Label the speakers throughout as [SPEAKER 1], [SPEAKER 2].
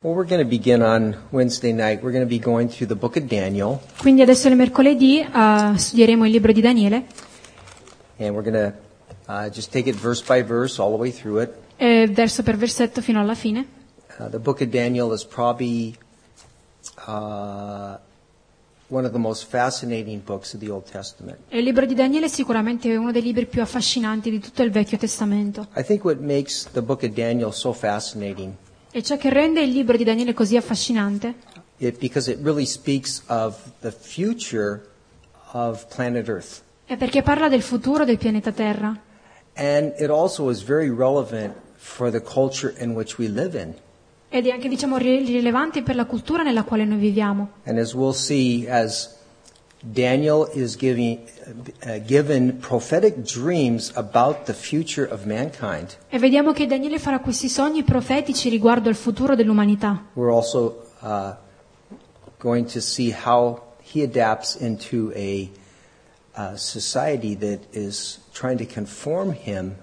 [SPEAKER 1] Well, we're going to begin on Wednesday night. We're going to be going through the book of Daniel,
[SPEAKER 2] Quindi adesso il mercoledì eh, studieremo il libro di Daniele
[SPEAKER 1] and we're going to uh, just take it verse by verse all the way through it.
[SPEAKER 2] eh, verso per versetto fino alla fine.
[SPEAKER 1] Uh, the book of Daniel is probably uh, one of the most fascinating books of the Old Testament.
[SPEAKER 2] E Il libro di Daniele è sicuramente uno dei libri più affascinanti di tutto il Vecchio Testamento.
[SPEAKER 1] I think what makes the book of Daniel so fascinating
[SPEAKER 2] E ciò che rende il libro di Daniele così affascinante
[SPEAKER 1] it because it really speaks of the future of planet Earth.
[SPEAKER 2] è perché parla del futuro del pianeta Terra
[SPEAKER 1] And it also is very relevant for the culture in which we live in.
[SPEAKER 2] ed è anche diciamo ri- rilevante per la cultura nella quale noi viviamo.
[SPEAKER 1] And as we'll see, as Daniel is giving, uh, given prophetic dreams about the future of mankind,
[SPEAKER 2] E vediamo che Daniele farà questi sogni profetici riguardo al futuro dell'umanità.
[SPEAKER 1] we're also uh, going to see how he adapts into a uh, society that is trying to conform him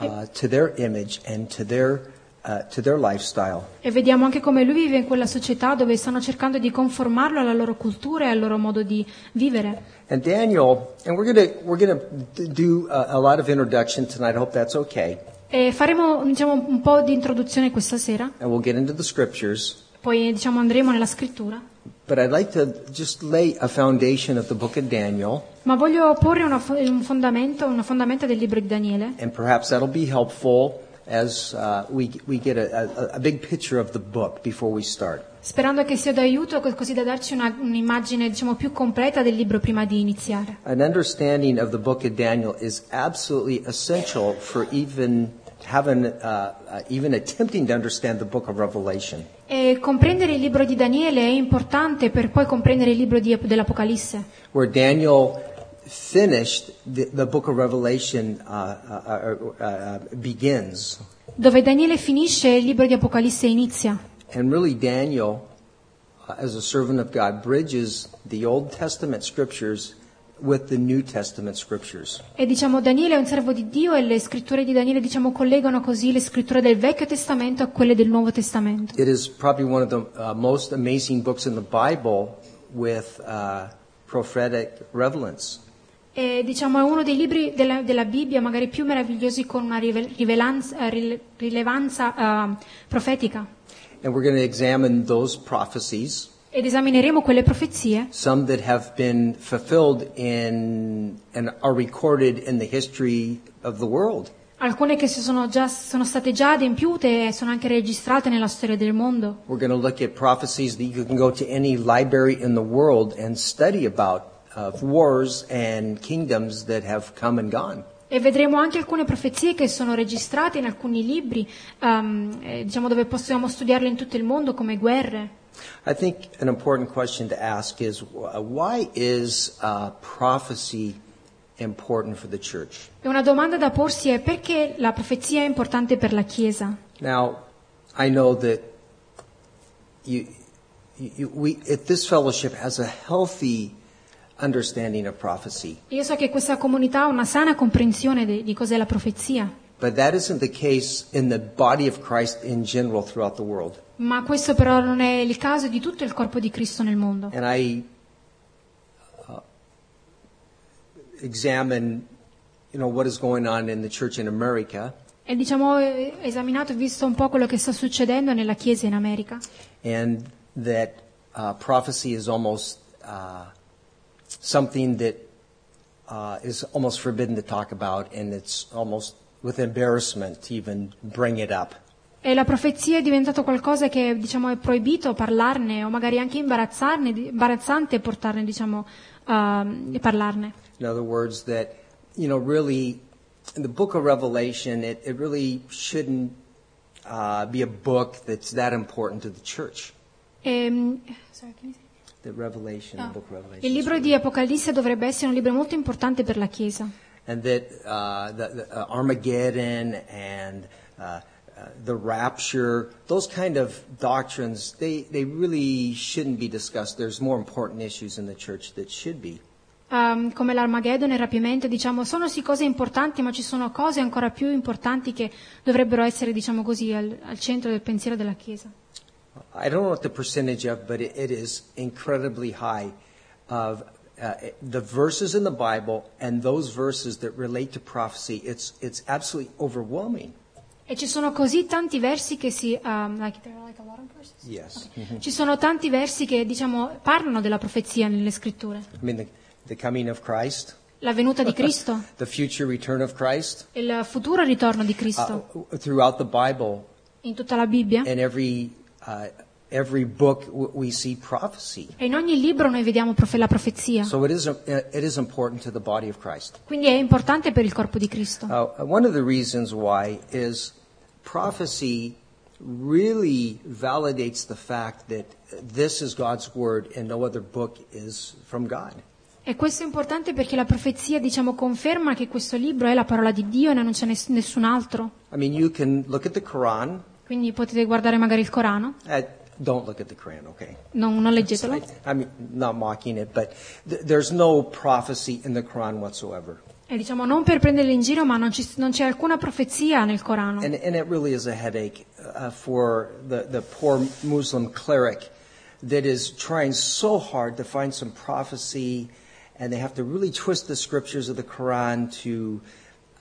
[SPEAKER 1] uh, to their image and to their, uh, to their lifestyle.
[SPEAKER 2] E vediamo anche come lui vive in quella società dove stanno cercando di conformarlo alla loro cultura e al loro modo di vivere.
[SPEAKER 1] And Daniel, and we're going to we're going to do a, a lot of introduction tonight. I hope that's okay.
[SPEAKER 2] E faremo diciamo, un po' di introduzione questa sera,
[SPEAKER 1] And we'll get into the scriptures.
[SPEAKER 2] poi diciamo, andremo nella scrittura,
[SPEAKER 1] But I'd like to just lay a foundation of the book of Daniel,
[SPEAKER 2] ma voglio porre una fo- un fondamento, una fondamenta del libro di Daniele
[SPEAKER 1] and perhaps that'll be helpful as uh, we, we get a, a, a big picture of the book before we start.
[SPEAKER 2] sperando che sia d'aiuto co- così da darci una- un'immagine diciamo, più completa del libro prima di iniziare.
[SPEAKER 1] An understanding of the book of Daniel is absolutely essential for even having, uh, uh, even attempting to understand the book of Revelation.
[SPEAKER 2] E comprendere il libro di Daniele è importante per poi comprendere il libro di- dell'Apocalisse.
[SPEAKER 1] Where Daniel finished, the, the book of Revelation uh, uh, uh, uh, begins.
[SPEAKER 2] Dove Daniele finisce il libro di Apocalisse inizia.
[SPEAKER 1] And really, Daniel, uh, as a servant of God, bridges the Old Testament scriptures with the New Testament scriptures.
[SPEAKER 2] E diciamo Daniele è un servo di Dio e le scritture di Daniele diciamo, collegano così le scritture del Vecchio Testamento a quelle del Nuovo Testamento.
[SPEAKER 1] It is probably one of the uh, most amazing books in the Bible with uh, prophetic relevance.
[SPEAKER 2] E, diciamo, è uno dei libri della, della Bibbia magari più meravigliosi con una rivel- rivelanza- eh, rile- rilevanza eh, profetica.
[SPEAKER 1] And we're going to examine those prophecies,
[SPEAKER 2] Ed esamineremo quelle profezie,
[SPEAKER 1] some that have been fulfilled in and are recorded in the history of the world.
[SPEAKER 2] alcune che si sono, già, sono state già adempiute e sono anche registrate nella storia del mondo.
[SPEAKER 1] We're going to look at prophecies that you can go to any library in the world and study about of wars and kingdoms that have come and gone.
[SPEAKER 2] E vedremo anche alcune profezie che sono registrate in alcuni libri, ehm, eh, diciamo, dove possiamo studiarle in tutto il mondo come guerre.
[SPEAKER 1] I think an important question to ask is uh, why is uh, prophecy important for the church?
[SPEAKER 2] E una domanda da porsi è perché la profezia è importante per la Chiesa?
[SPEAKER 1] Now, I know that you, you, you- we at this fellowship has a healthy understanding of prophecy,
[SPEAKER 2] Io so che questa comunità ha una sana comprensione de- di cos'è la profezia,
[SPEAKER 1] but that isn't the case in the body of Christ in general throughout the world.
[SPEAKER 2] ma questo però non è il caso di tutto il corpo di Cristo nel mondo.
[SPEAKER 1] and I uh, examine, you know, what is going on in the church in America,
[SPEAKER 2] E diciamo, ho eh, esaminato e visto un po' quello che sta succedendo nella Chiesa in America
[SPEAKER 1] and that uh, prophecy is almost uh, something that uh, is almost forbidden to talk about, and it's almost with embarrassment to even bring it up.
[SPEAKER 2] e la profezia è diventata qualcosa che diciamo, è proibito parlarne o magari anche imbarazzarne, di- imbarazzante portarne, diciamo, ehm, parlarne.
[SPEAKER 1] In other words, that, you know, really, in the book of Revelation, it, it really shouldn't uh, be a book that's that important to the church.
[SPEAKER 2] Ehm, sorry, can you say-
[SPEAKER 1] The Revelation, the book of Revelation.
[SPEAKER 2] il libro di Apocalisse dovrebbe essere un libro molto importante per la Chiesa.
[SPEAKER 1] And that uh, the, the uh, Armageddon and uh, uh, the rapture, those kind of doctrines, they, they really shouldn't be discussed. There's more important issues in the church that should be.
[SPEAKER 2] Ehm, come l'Armageddon e il rapimento, diciamo, sono sì cose importanti, ma ci sono cose ancora più importanti che dovrebbero essere, diciamo così, al, al centro del pensiero della Chiesa.
[SPEAKER 1] I don't know what the percentage of, but it, it is incredibly high of uh, the verses in the Bible and those verses that relate to prophecy. It's it's absolutely overwhelming.
[SPEAKER 2] E ci sono così tanti versi che si... um, like, there are like a lot of verses?
[SPEAKER 1] Yes.
[SPEAKER 2] Ci sono tanti versi che, diciamo, parlano della profezia nelle scritture.
[SPEAKER 1] I mean, the, the coming of Christ,
[SPEAKER 2] La venuta di Cristo,
[SPEAKER 1] the future return of Christ,
[SPEAKER 2] il futuro ritorno di
[SPEAKER 1] uh,
[SPEAKER 2] Cristo
[SPEAKER 1] throughout the Bible,
[SPEAKER 2] in tutta la Bibbia.
[SPEAKER 1] in every uh, every book, w- we see prophecy.
[SPEAKER 2] E in ogni libro noi vediamo profe- la profezia.
[SPEAKER 1] So it is uh, it is important to the body of Christ.
[SPEAKER 2] Quindi è importante per il corpo di Cristo.
[SPEAKER 1] Uh, one of the reasons why is prophecy really validates the fact that this is God's word and no other book is from God.
[SPEAKER 2] E questo è importante perché la profezia, diciamo, conferma che questo libro è la parola di Dio e non c'è ness- nessun altro.
[SPEAKER 1] I mean, you can look at the Quran.
[SPEAKER 2] Quindi potete guardare magari il Corano,
[SPEAKER 1] Uh, don't look at the Quran, okay?
[SPEAKER 2] non, non leggetelo.
[SPEAKER 1] I, I mean, not mocking it, but th- there's no prophecy in the Quran whatsoever.
[SPEAKER 2] E diciamo non per prenderli in giro, ma non, ci- non c'è alcuna profezia nel Corano.
[SPEAKER 1] And, and it really is a headache uh, for the, the poor Muslim cleric that is trying so hard to find some prophecy, and they have to really twist the scriptures of the Quran to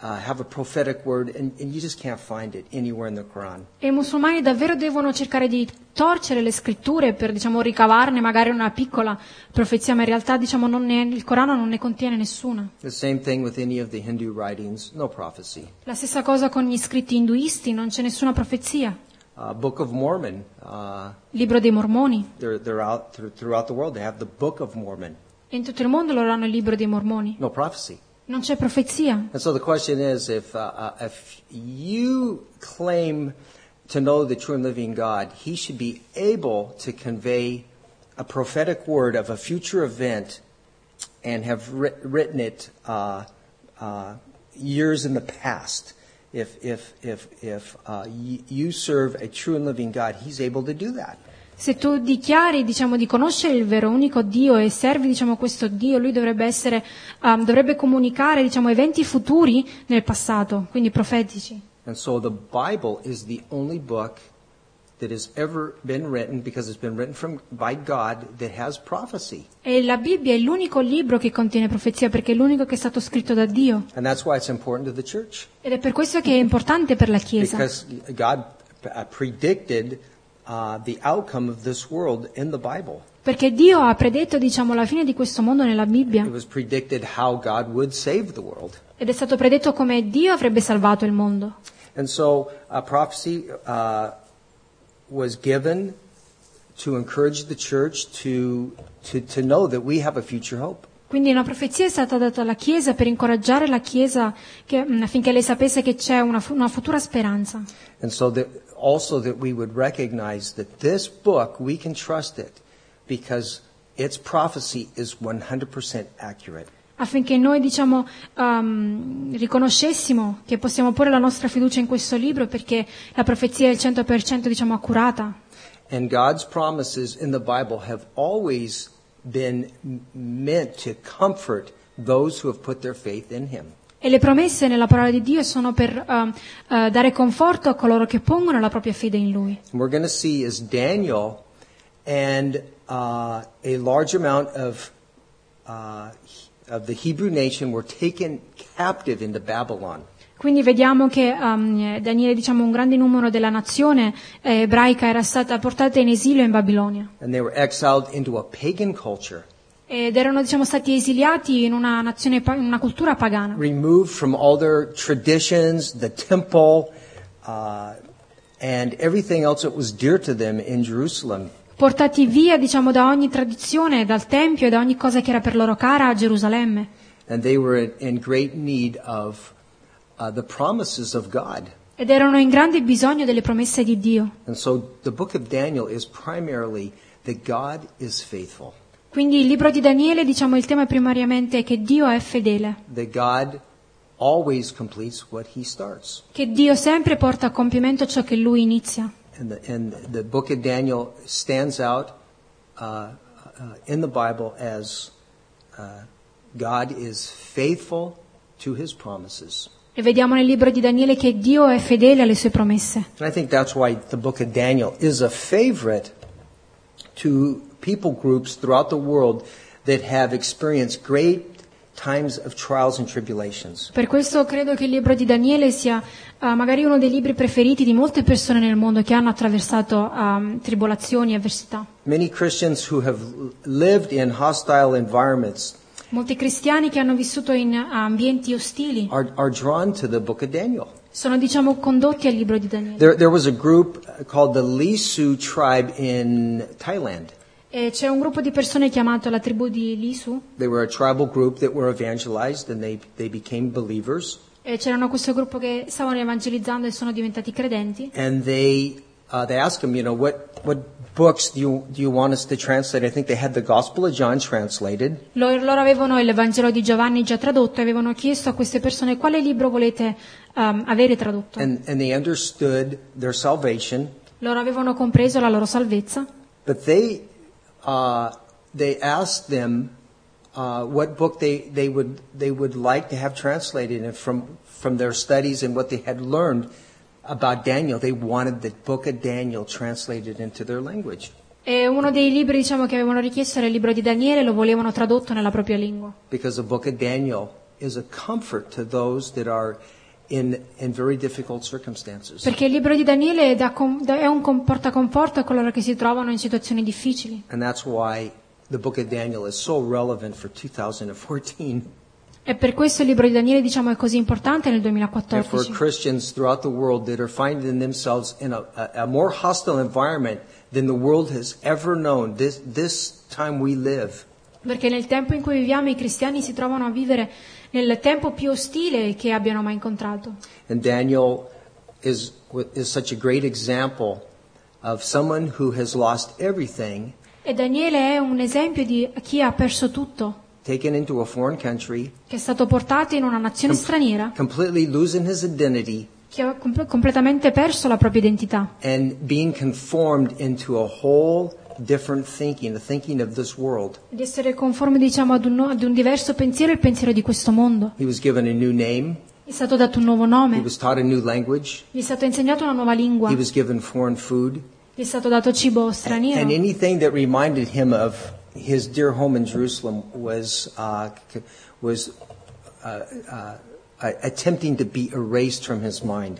[SPEAKER 1] uh, have a prophetic word, and, and you just can't find it anywhere in the Quran.
[SPEAKER 2] E i musulmani davvero devono cercare di torcere le scritture per, diciamo, ricavarne magari una piccola profezia, ma in realtà, diciamo, non ne- il Corano non ne contiene nessuna.
[SPEAKER 1] The same thing with any of the Hindu writings, no prophecy.
[SPEAKER 2] La stessa cosa con gli scritti induisti, non c'è nessuna profezia.
[SPEAKER 1] Uh, Book of Mormon, uh,
[SPEAKER 2] Libro dei Mormoni.
[SPEAKER 1] they're, they're out thr- throughout the world. They have the Book of Mormon,
[SPEAKER 2] E in tutto il mondo loro hanno il libro dei Mormoni.
[SPEAKER 1] no prophecy.
[SPEAKER 2] Non c'è profezia.
[SPEAKER 1] And so the question is if, uh, uh, if you claim to know the true and living God, he should be able to convey a prophetic word of a future event and have writ- written it uh, uh, years in the past. If, if, if, if uh, y- you serve a true and living God, he's able to do that.
[SPEAKER 2] Se tu dichiari, diciamo, di conoscere il vero unico Dio e servi, diciamo, questo Dio, lui dovrebbe essere, ehm, dovrebbe comunicare, diciamo, eventi futuri nel passato, quindi profetici.
[SPEAKER 1] And so the Bible is the only book that has ever been written because it's been written from, by God that has prophecy.
[SPEAKER 2] E la Bibbia è l'unico libro che contiene profezia perché è l'unico che è stato scritto da Dio.
[SPEAKER 1] And that's why it's important to the church.
[SPEAKER 2] Ed è per questo che è importante per la Chiesa.
[SPEAKER 1] Because God uh, predicted uh, the outcome of this world in the Bible.
[SPEAKER 2] Perché Dio ha predetto, diciamo, la fine di questo mondo nella Bibbia.
[SPEAKER 1] It was predicted how God would save the world.
[SPEAKER 2] Ed è stato predetto come Dio avrebbe salvato il mondo.
[SPEAKER 1] And so uh, prophecy uh, was given to encourage the church to, to, to know that we have a future hope.
[SPEAKER 2] Quindi una profezia è stata data alla Chiesa per incoraggiare la Chiesa che- mh, affinché lei sapesse che c'è una, fu- una futura speranza.
[SPEAKER 1] And so that also that we would recognize that this book, we can trust it because its prophecy is 100% accurate.
[SPEAKER 2] Affinché noi, diciamo, ehm, riconoscessimo che possiamo porre la nostra fiducia in questo libro perché la profezia è il 100% diciamo, accurata.
[SPEAKER 1] And God's promises in the Bible have always been m- meant to comfort those who have put their faith in Him.
[SPEAKER 2] E le promesse nella parola di Dio sono per ehm, eh, dare conforto a coloro che pongono la propria fede in Lui.
[SPEAKER 1] And we're going to see is Daniel and uh, a large amount of uh, he- of the Hebrew nation were taken captive into Babylon.
[SPEAKER 2] Quindi vediamo che ehm, Daniele, diciamo, un grande numero della nazione eh, ebraica era stata portata in esilio in Babilonia.
[SPEAKER 1] And they were exiled into a pagan culture,
[SPEAKER 2] Ed erano diciamo, stati esiliati in una, nazione pa- in una cultura pagana,
[SPEAKER 1] removed from all their traditions, the temple, uh, and everything else that was dear to them in Jerusalem.
[SPEAKER 2] portati via diciamo, da ogni tradizione, dal Tempio e da ogni cosa che era per loro cara a Gerusalemme.
[SPEAKER 1] and they were in, in great need of uh, the promises of God.
[SPEAKER 2] Ed erano in grande bisogno delle promesse di Dio.
[SPEAKER 1] And so the book of Daniel is primarily that God is faithful,
[SPEAKER 2] Quindi il libro di Daniele, diciamo, il tema primariamente è che Dio è fedele,
[SPEAKER 1] that God always completes what he starts.
[SPEAKER 2] che Dio sempre porta a compimento ciò che Lui inizia.
[SPEAKER 1] And the, and the book of Daniel stands out uh, uh, in the Bible as uh, God is faithful to his promises.
[SPEAKER 2] E vediamo nel libro di Daniele che Dio è fedele alle sue promesse.
[SPEAKER 1] And I think that's why the book of Daniel is a favorite to people groups throughout the world that have experienced great times of trials and tribulations.
[SPEAKER 2] Per questo credo che il libro di Daniele sia eh, magari uno dei libri preferiti di molte persone nel mondo che hanno attraversato ehm, tribolazioni e avversità.
[SPEAKER 1] Many Christians who have lived in hostile environments
[SPEAKER 2] Molti cristiani che hanno vissuto in eh, ambienti ostili
[SPEAKER 1] are, are drawn to the book of Daniel.
[SPEAKER 2] sono diciamo condotti al libro di Daniele.
[SPEAKER 1] There, there was a group called the Lisu tribe in Thailand.
[SPEAKER 2] E c'è un gruppo di persone chiamato la tribù di Lisu
[SPEAKER 1] They were a tribal group that were evangelized and they, they became believers.
[SPEAKER 2] e c'erano questo gruppo che stavano evangelizzando e sono diventati credenti
[SPEAKER 1] And they, uh, they asked him, you know, what, what books do you, do you want us to translate? I think they had the Gospel of John translated.
[SPEAKER 2] Lo- Loro avevano il Vangelo di Giovanni già tradotto e avevano chiesto a queste persone quale libro volete ehm, avere tradotto.
[SPEAKER 1] And, and they understood their salvation,
[SPEAKER 2] Loro avevano compreso la loro salvezza,
[SPEAKER 1] but they, uh, they asked them uh, what book they, they, would, they would like to have translated. And from, from their studies and what they had learned about Daniel, they wanted the book of Daniel translated into their language.
[SPEAKER 2] e uno dei libri diciamo, che avevano richiesto era il libro di Daniele e lo volevano tradotto nella propria lingua.
[SPEAKER 1] Because the book of Daniel is a comfort to those that are in, in very difficult circumstances.
[SPEAKER 2] Perché il libro di Daniele dà com- dà- è un com- porta conforto a coloro che si trovano in situazioni difficili.
[SPEAKER 1] And that's why the book of Daniel is so relevant for 2014
[SPEAKER 2] E per questo il libro di Daniele diciamo, è così importante nel
[SPEAKER 1] and for
[SPEAKER 2] 2014.
[SPEAKER 1] Christians throughout the world that are finding themselves in a, a, a more hostile environment than the world has ever known. This, this time we live.
[SPEAKER 2] Perché nel tempo in cui viviamo i cristiani si trovano a vivere nel tempo più ostile che abbiano mai incontrato.
[SPEAKER 1] And Daniel is, is such a great example of someone who has lost everything,
[SPEAKER 2] E Daniele è un esempio di chi ha perso tutto,
[SPEAKER 1] taken into a foreign country,
[SPEAKER 2] che è stato portato in una nazione straniera,
[SPEAKER 1] completely losing his identity
[SPEAKER 2] che ha com- completamente perso la propria identità
[SPEAKER 1] and being conformed into a whole different thinking, the thinking of this world.
[SPEAKER 2] di essere conforme diciamo, ad, un, no- ad un diverso pensiero il pensiero di questo mondo.
[SPEAKER 1] He was given a new name,
[SPEAKER 2] Gli è stato dato un nuovo
[SPEAKER 1] he
[SPEAKER 2] nome,
[SPEAKER 1] was taught a new language,
[SPEAKER 2] gli è stata insegnata una nuova lingua,
[SPEAKER 1] he
[SPEAKER 2] gli
[SPEAKER 1] was given foreign food,
[SPEAKER 2] è stato dato cibo
[SPEAKER 1] and
[SPEAKER 2] straniero.
[SPEAKER 1] anything that reminded him of his dear home in Jerusalem was uh, c- was uh, uh, uh, attempting to be erased from his mind.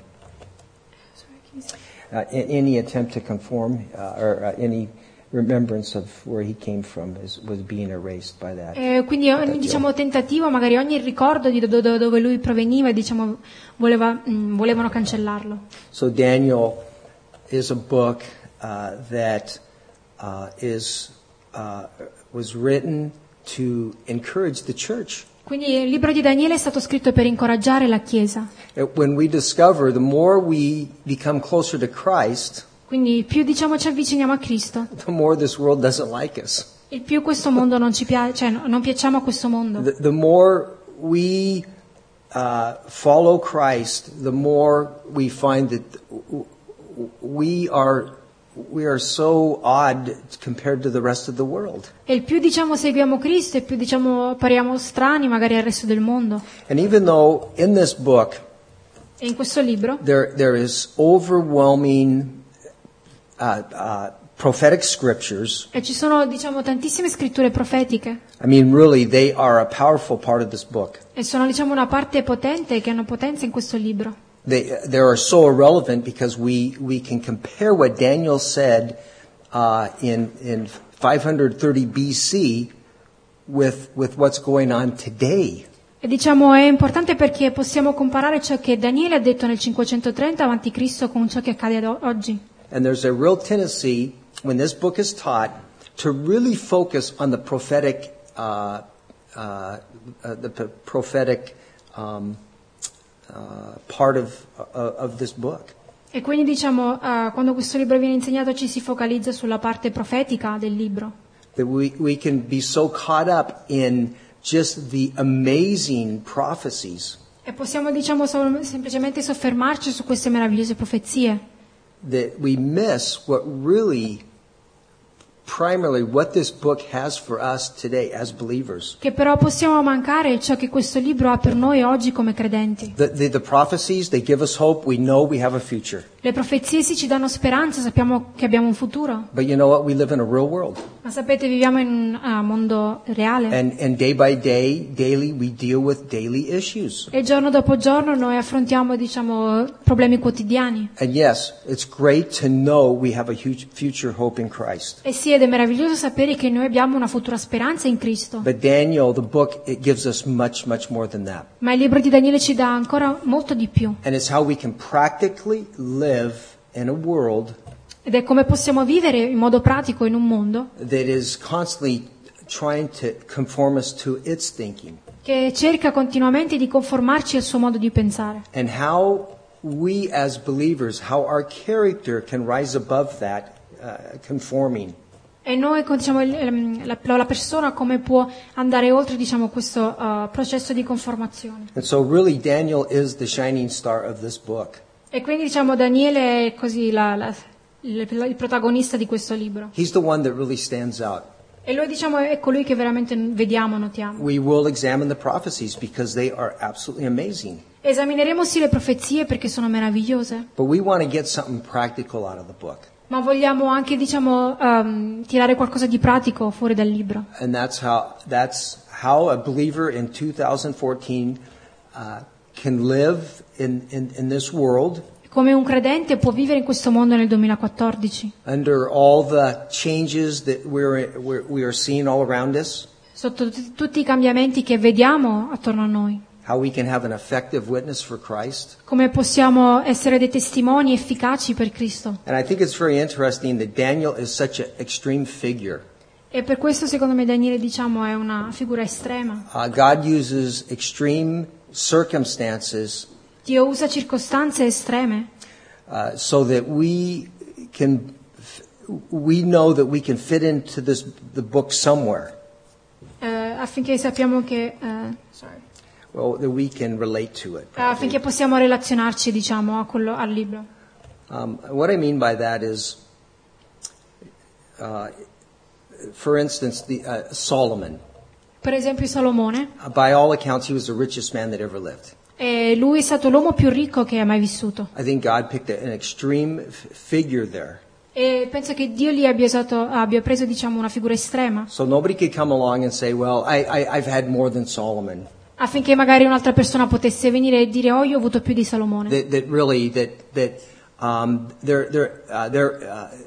[SPEAKER 1] Uh, a- any attempt to conform uh, or uh, any remembrance of where he came from is, was being erased by that.
[SPEAKER 2] Eh, quindi ogni diciamo, tentativo, magari ogni ricordo di do- do- dove lui proveniva, diciamo, voleva- mm, volevano cancellarlo.
[SPEAKER 1] So Daniel is a book uh, that uh, is uh, was written to encourage the church.
[SPEAKER 2] Quindi il libro di Daniele è stato scritto per incoraggiare la Chiesa.
[SPEAKER 1] Uh, When we discover, the more we become closer to Christ,
[SPEAKER 2] Quindi più diciamo ci avviciniamo a Cristo,
[SPEAKER 1] the more this world doesn't like us.
[SPEAKER 2] il più questo mondo non ci piace, cioè no- non piacciamo a questo mondo.
[SPEAKER 1] The, the more we uh, follow Christ, the more we find that w- w- we are we are so odd compared to the rest of the world.
[SPEAKER 2] E il più diciamo seguiamo Cristo e più diciamo appariamo strani magari al resto del mondo.
[SPEAKER 1] And even though in this book
[SPEAKER 2] E in questo libro
[SPEAKER 1] there, there is overwhelming uh, uh, prophetic scriptures.
[SPEAKER 2] eh, ci sono diciamo tantissime scritture profetiche
[SPEAKER 1] I mean, really, they are a powerful part of this book.
[SPEAKER 2] e sono diciamo una parte potente che hanno potenza in questo libro.
[SPEAKER 1] They, they are so irrelevant because we, we can compare what Daniel said uh, in, in 530 BC with, with what's going on today.
[SPEAKER 2] E diciamo è importante perché possiamo comparare ciò che Daniele ha detto nel 530 avanti Cristo con ciò che accade ad o- oggi.
[SPEAKER 1] And there's a real tendency when this book is taught to really focus on the prophetic, uh, uh, uh, the p- prophetic um, uh, part of uh, of this book.
[SPEAKER 2] E quindi diciamo eh, quando questo libro viene insegnato ci si focalizza sulla parte profetica del libro.
[SPEAKER 1] That we we can be so caught up in just the amazing prophecies
[SPEAKER 2] E possiamo, diciamo, sol- semplicemente soffermarci su queste meravigliose profezie
[SPEAKER 1] that we miss what really primarily what this book has for us today as believers.
[SPEAKER 2] che però possiamo mancare ciò che questo libro ha per noi oggi come credenti.
[SPEAKER 1] The, the, the prophecies, they give us hope. We know we have a future.
[SPEAKER 2] Le profezie sì ci danno speranza, sappiamo che abbiamo un futuro,
[SPEAKER 1] But you know what? We live in a real world.
[SPEAKER 2] ma sapete viviamo in un ah, mondo reale
[SPEAKER 1] And, and day by day, daily, we deal with daily issues.
[SPEAKER 2] e giorno dopo giorno noi affrontiamo diciamo, problemi quotidiani.
[SPEAKER 1] And yes, it's great to know we have a huge future hope in Christ.
[SPEAKER 2] E sì, ed è meraviglioso sapere che noi abbiamo una futura speranza in Cristo,
[SPEAKER 1] But Daniel, the book, it gives us much, much more than that.
[SPEAKER 2] ma il libro di Daniele ci dà ancora molto di più
[SPEAKER 1] And it's how we can practically live in a world
[SPEAKER 2] ed è come possiamo vivere in modo pratico in un mondo
[SPEAKER 1] that is constantly trying to conform us to its thinking
[SPEAKER 2] che cerca continuamente di conformarci al suo modo di pensare
[SPEAKER 1] and how we as believers, how our character can rise above that uh, conforming.
[SPEAKER 2] e noi con- diciamo, il- ehm, la, la persona come può andare oltre diciamo, questo eh, processo di conformazione
[SPEAKER 1] And so really Daniel is the shining star of this book.
[SPEAKER 2] e quindi diciamo, Daniele è così la- la- il, il protagonista di questo libro
[SPEAKER 1] He's the one that really stands out.
[SPEAKER 2] e lui diciamo, è colui che veramente vediamo, notiamo
[SPEAKER 1] We will examine the prophecies because they are absolutely amazing.
[SPEAKER 2] esamineremo sì le profezie perché sono meravigliose
[SPEAKER 1] But we want to get something practical out of the book.
[SPEAKER 2] ma vogliamo anche diciamo, ehm, tirare qualcosa di pratico fuori dal libro
[SPEAKER 1] And that's how, that's how a believer in 2014 uh, can live in, in, in this world
[SPEAKER 2] come un credente può vivere in questo mondo nel 2014
[SPEAKER 1] under all the changes that we're, we're, we are seeing all around us,
[SPEAKER 2] sotto tut- tutti i cambiamenti che vediamo attorno a noi
[SPEAKER 1] how we can have an effective witness for Christ.
[SPEAKER 2] come possiamo essere dei testimoni efficaci per Cristo.
[SPEAKER 1] And I think it's very interesting that Daniel is such an extreme figure.
[SPEAKER 2] E per questo secondo me Daniele diciamo è una figura estrema.
[SPEAKER 1] Uh, God uses extreme circumstances
[SPEAKER 2] Dio usa circostanze estreme
[SPEAKER 1] uh, so that we can we know that we can fit into this the book somewhere
[SPEAKER 2] eh, affinché sappiamo che eh, sorry,
[SPEAKER 1] well that we can relate to it
[SPEAKER 2] eh, affinché possiamo relazionarci diciamo a quello, al libro.
[SPEAKER 1] um, what i mean by that is uh, for instance the uh, solomon
[SPEAKER 2] Per esempio Salomone,
[SPEAKER 1] Uh, by all accounts he was the richest man that ever lived
[SPEAKER 2] eh, lui è stato l'uomo più ricco che ha mai vissuto
[SPEAKER 1] i think god picked a- an extreme f- figure there
[SPEAKER 2] e penso che Dio gli abbia, usato, abbia preso diciamo una figura estrema
[SPEAKER 1] so nobody could come along and say well I, I, i've had more than solomon
[SPEAKER 2] affinché magari un'altra persona potesse venire e dire oh io ho avuto più di Salomone.
[SPEAKER 1] that, that really that that um, their their uh, their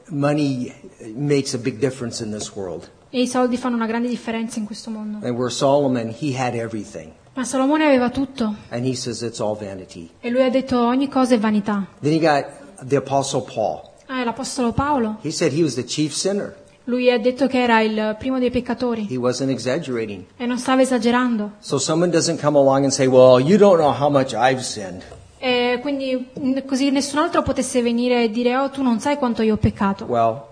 [SPEAKER 1] uh, money makes a big difference in this world.
[SPEAKER 2] E i soldi fanno una grande differenza in questo mondo.
[SPEAKER 1] And where Solomon, he had everything,
[SPEAKER 2] Ma Salomone aveva tutto
[SPEAKER 1] and he says it's all vanity.
[SPEAKER 2] e lui ha detto ogni cosa è vanità.
[SPEAKER 1] Then he got the apostle Paul.
[SPEAKER 2] Eh, l'apostolo Paolo,
[SPEAKER 1] He said he was the chief sinner.
[SPEAKER 2] lui ha detto che era il primo dei peccatori
[SPEAKER 1] He wasn't exaggerating.
[SPEAKER 2] e non stava esagerando.
[SPEAKER 1] So someone doesn't come along and say, "Well, you don't know how much I've sinned."
[SPEAKER 2] E quindi mh, così nessun altro potesse venire e dire oh tu non sai quanto io ho peccato.
[SPEAKER 1] Well,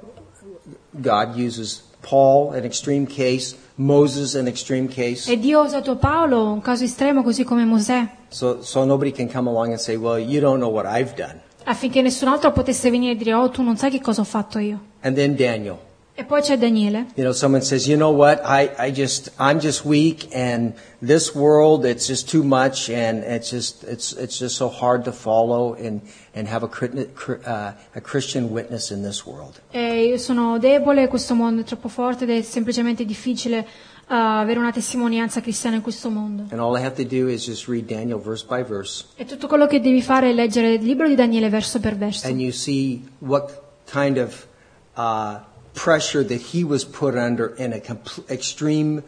[SPEAKER 1] God uses Paul, an extreme case, Moses, an extreme case.
[SPEAKER 2] E Dio ha usato Paolo, un caso estremo così come Mosè,
[SPEAKER 1] So so nobody can come along and say, "Well, you don't know what I've done."
[SPEAKER 2] affinché nessun altro potesse venire e dire oh tu non sai che cosa ho fatto io.
[SPEAKER 1] And then Daniel.
[SPEAKER 2] E poi c'è Daniele.
[SPEAKER 1] You know, someone says, you know what, I, I just, I'm just weak and this world, it's just too much and it's just, it's, it's just so hard to follow and, and have a, crit- cr- uh, a Christian witness in this world.
[SPEAKER 2] Eh, io sono debole, questo mondo è troppo forte ed è semplicemente difficile eh, avere una testimonianza cristiana in questo mondo.
[SPEAKER 1] And all I have to do is just read Daniel verse by verse
[SPEAKER 2] E tutto quello che devi fare è leggere il libro di Daniele verso per verso
[SPEAKER 1] and you see what kind of, uh, pressure that he was put under in a compl- extreme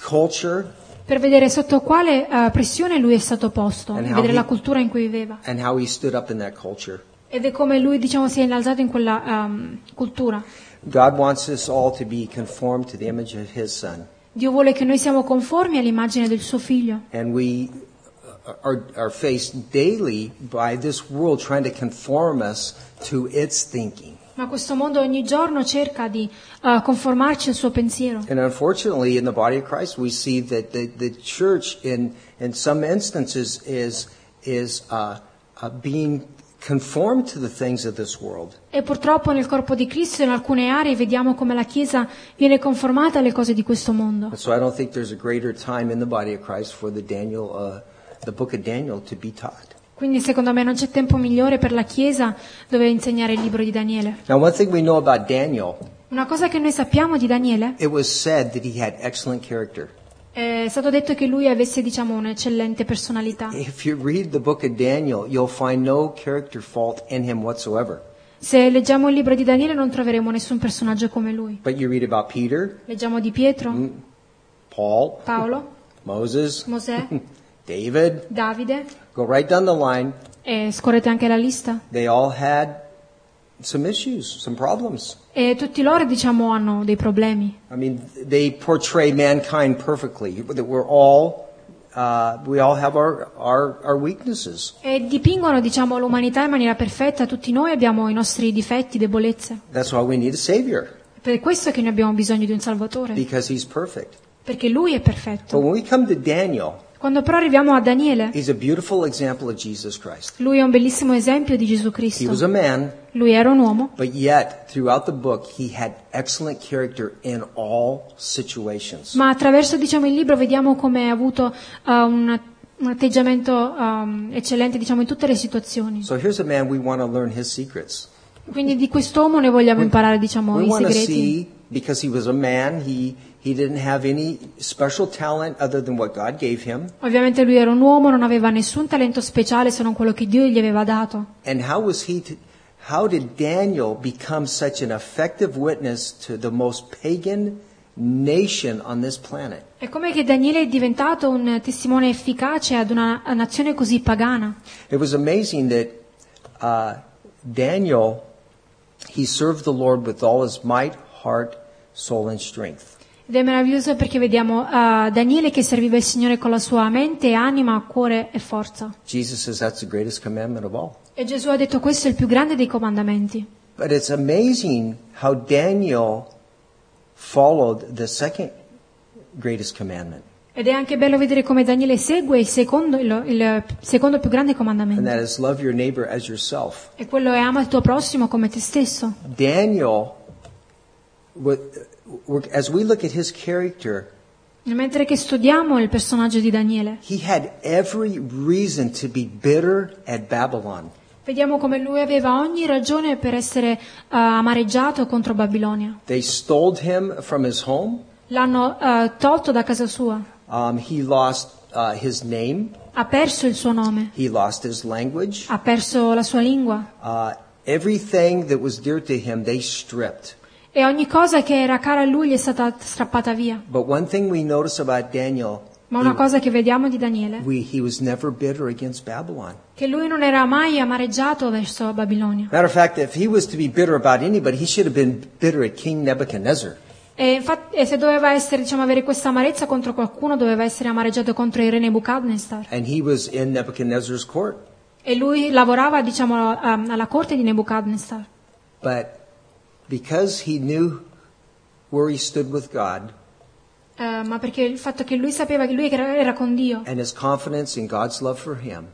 [SPEAKER 1] culture
[SPEAKER 2] per vedere sotto quale eh, pressione lui è stato posto,
[SPEAKER 1] And how
[SPEAKER 2] vedere
[SPEAKER 1] he-
[SPEAKER 2] la cultura in cui viveva
[SPEAKER 1] and how he stood up in that culture.
[SPEAKER 2] ed è come lui diciamo si è innalzato in quella ehm, cultura.
[SPEAKER 1] God wants us all to be conformed to the image of his son.
[SPEAKER 2] Dio vuole che noi siamo conformi all'immagine del suo figlio
[SPEAKER 1] And we uh, are, are faced daily by this world trying to conform us to its thinking.
[SPEAKER 2] ma questo mondo ogni giorno cerca di eh, conformarci al suo pensiero.
[SPEAKER 1] And unfortunately, in the body of Christ, we see that the, the church, in, in some instances, is, is uh, uh, being conformed to the things of this world.
[SPEAKER 2] E purtroppo nel corpo di Cristo in alcune aree vediamo come la Chiesa viene conformata alle cose di questo mondo.
[SPEAKER 1] And so I don't think there's a greater time in the body of Christ for the Daniel, uh, the book of Daniel to be taught.
[SPEAKER 2] Quindi secondo me non c'è tempo migliore per la Chiesa dove insegnare il libro di Daniele.
[SPEAKER 1] Now, one thing we know about Daniel,
[SPEAKER 2] Una cosa che noi sappiamo di Daniele
[SPEAKER 1] it was said that he had excellent character.
[SPEAKER 2] è stato detto che lui avesse diciamo un'eccellente personalità.
[SPEAKER 1] If you read the book of Daniel, you'll find no character fault in him whatsoever.
[SPEAKER 2] Se leggiamo il libro di Daniele non troveremo nessun personaggio come lui.
[SPEAKER 1] But you read about Peter,
[SPEAKER 2] Leggiamo di Pietro,
[SPEAKER 1] Paul,
[SPEAKER 2] Paolo,
[SPEAKER 1] Moses,
[SPEAKER 2] Mosè,
[SPEAKER 1] David,
[SPEAKER 2] Davide
[SPEAKER 1] go right down the line.
[SPEAKER 2] e scorrete anche la lista.
[SPEAKER 1] They all had some issues, some problems.
[SPEAKER 2] E tutti loro diciamo hanno dei problemi.
[SPEAKER 1] I mean, they portray mankind perfectly. That we're all, uh, we all have our, our, our weaknesses.
[SPEAKER 2] E dipingono diciamo l'umanità in maniera perfetta, tutti noi abbiamo i nostri difetti, debolezze.
[SPEAKER 1] That's why we need a Savior,
[SPEAKER 2] Per questo che noi abbiamo bisogno di un Salvatore,
[SPEAKER 1] because He's perfect.
[SPEAKER 2] perché lui è
[SPEAKER 1] But
[SPEAKER 2] perfetto.
[SPEAKER 1] when we come to Daniel,
[SPEAKER 2] Quando però arriviamo a Daniele,
[SPEAKER 1] he's a beautiful example of Jesus Christ.
[SPEAKER 2] lui è un bellissimo esempio di Gesù
[SPEAKER 1] He was
[SPEAKER 2] Cristo.
[SPEAKER 1] a man,
[SPEAKER 2] Lui era un uomo,
[SPEAKER 1] but yet throughout the book, he had excellent character in all situations.
[SPEAKER 2] ma attraverso diciamo, il libro vediamo come ha avuto eh, un, un atteggiamento ehm, eccellente diciamo, in tutte le situazioni.
[SPEAKER 1] So here's a man we want to learn his secrets.
[SPEAKER 2] Quindi di quest'uomo noi vogliamo imparare diciamo,
[SPEAKER 1] We
[SPEAKER 2] i
[SPEAKER 1] want to
[SPEAKER 2] segreti.
[SPEAKER 1] see because he was a man, he he didn't have any special talent other than what God gave him.
[SPEAKER 2] Ovviamente lui era un uomo, non aveva nessun talento speciale se non quello che Dio gli aveva dato.
[SPEAKER 1] And how was he to, how did Daniel become such an effective witness to the most pagan nation on this planet?
[SPEAKER 2] È come che Daniele è diventato un testimone efficace ad una nazione così pagana.
[SPEAKER 1] It was amazing that uh, Daniel he served the Lord with all his might, heart, soul, and strength.
[SPEAKER 2] Ed è meraviglioso perché vediamo ah, Daniele che serviva il Signore con la sua mente, anima, cuore e forza.
[SPEAKER 1] Jesus says that's the greatest commandment of all.
[SPEAKER 2] E Gesù ha detto questo è il più grande dei comandamenti.
[SPEAKER 1] But it's amazing how Daniel followed the second greatest commandment,
[SPEAKER 2] Ed è anche bello vedere come Daniele segue il secondo, il- il secondo più grande
[SPEAKER 1] and
[SPEAKER 2] comandamento.
[SPEAKER 1] that is love your neighbor as yourself.
[SPEAKER 2] E quello è ama il tuo prossimo come te stesso.
[SPEAKER 1] Daniel, wa- wa- as we look at his character,
[SPEAKER 2] Mentre che studiamo il personaggio di Daniele,
[SPEAKER 1] he had every reason to be bitter at Babylon.
[SPEAKER 2] vediamo come lui aveva ogni ragione per essere ah, amareggiato contro Babilonia.
[SPEAKER 1] They stole him from his home.
[SPEAKER 2] L'hanno eh, tolto da casa sua,
[SPEAKER 1] Um, he lost uh, his name.
[SPEAKER 2] ha perso il suo nome,
[SPEAKER 1] He lost his language.
[SPEAKER 2] ha perso la sua lingua
[SPEAKER 1] Uh, everything that was dear to him, they stripped.
[SPEAKER 2] e ogni cosa che era cara a lui gli è stata strappata via.
[SPEAKER 1] But one thing we notice about Daniel,
[SPEAKER 2] Ma una cosa che vediamo di Daniele,
[SPEAKER 1] we, he was never bitter against Babylon.
[SPEAKER 2] che lui non era mai amareggiato verso Babilonia.
[SPEAKER 1] Matter of fact, if he was to be bitter about anybody, he should have been bitter at King Nebuchadnezzar.
[SPEAKER 2] E infatti e se doveva essere, diciamo, avere questa amarezza contro qualcuno, doveva essere amareggiato contro il re Nebuchadnezzar.
[SPEAKER 1] And he was in Nebuchadnezzar's court.
[SPEAKER 2] E lui lavorava, diciamo, a- alla corte di Nebuchadnezzar.
[SPEAKER 1] But because he knew where he stood with God
[SPEAKER 2] Eh, ma perché il fatto che lui sapeva che lui era, era con Dio,
[SPEAKER 1] and his confidence in God's love for him,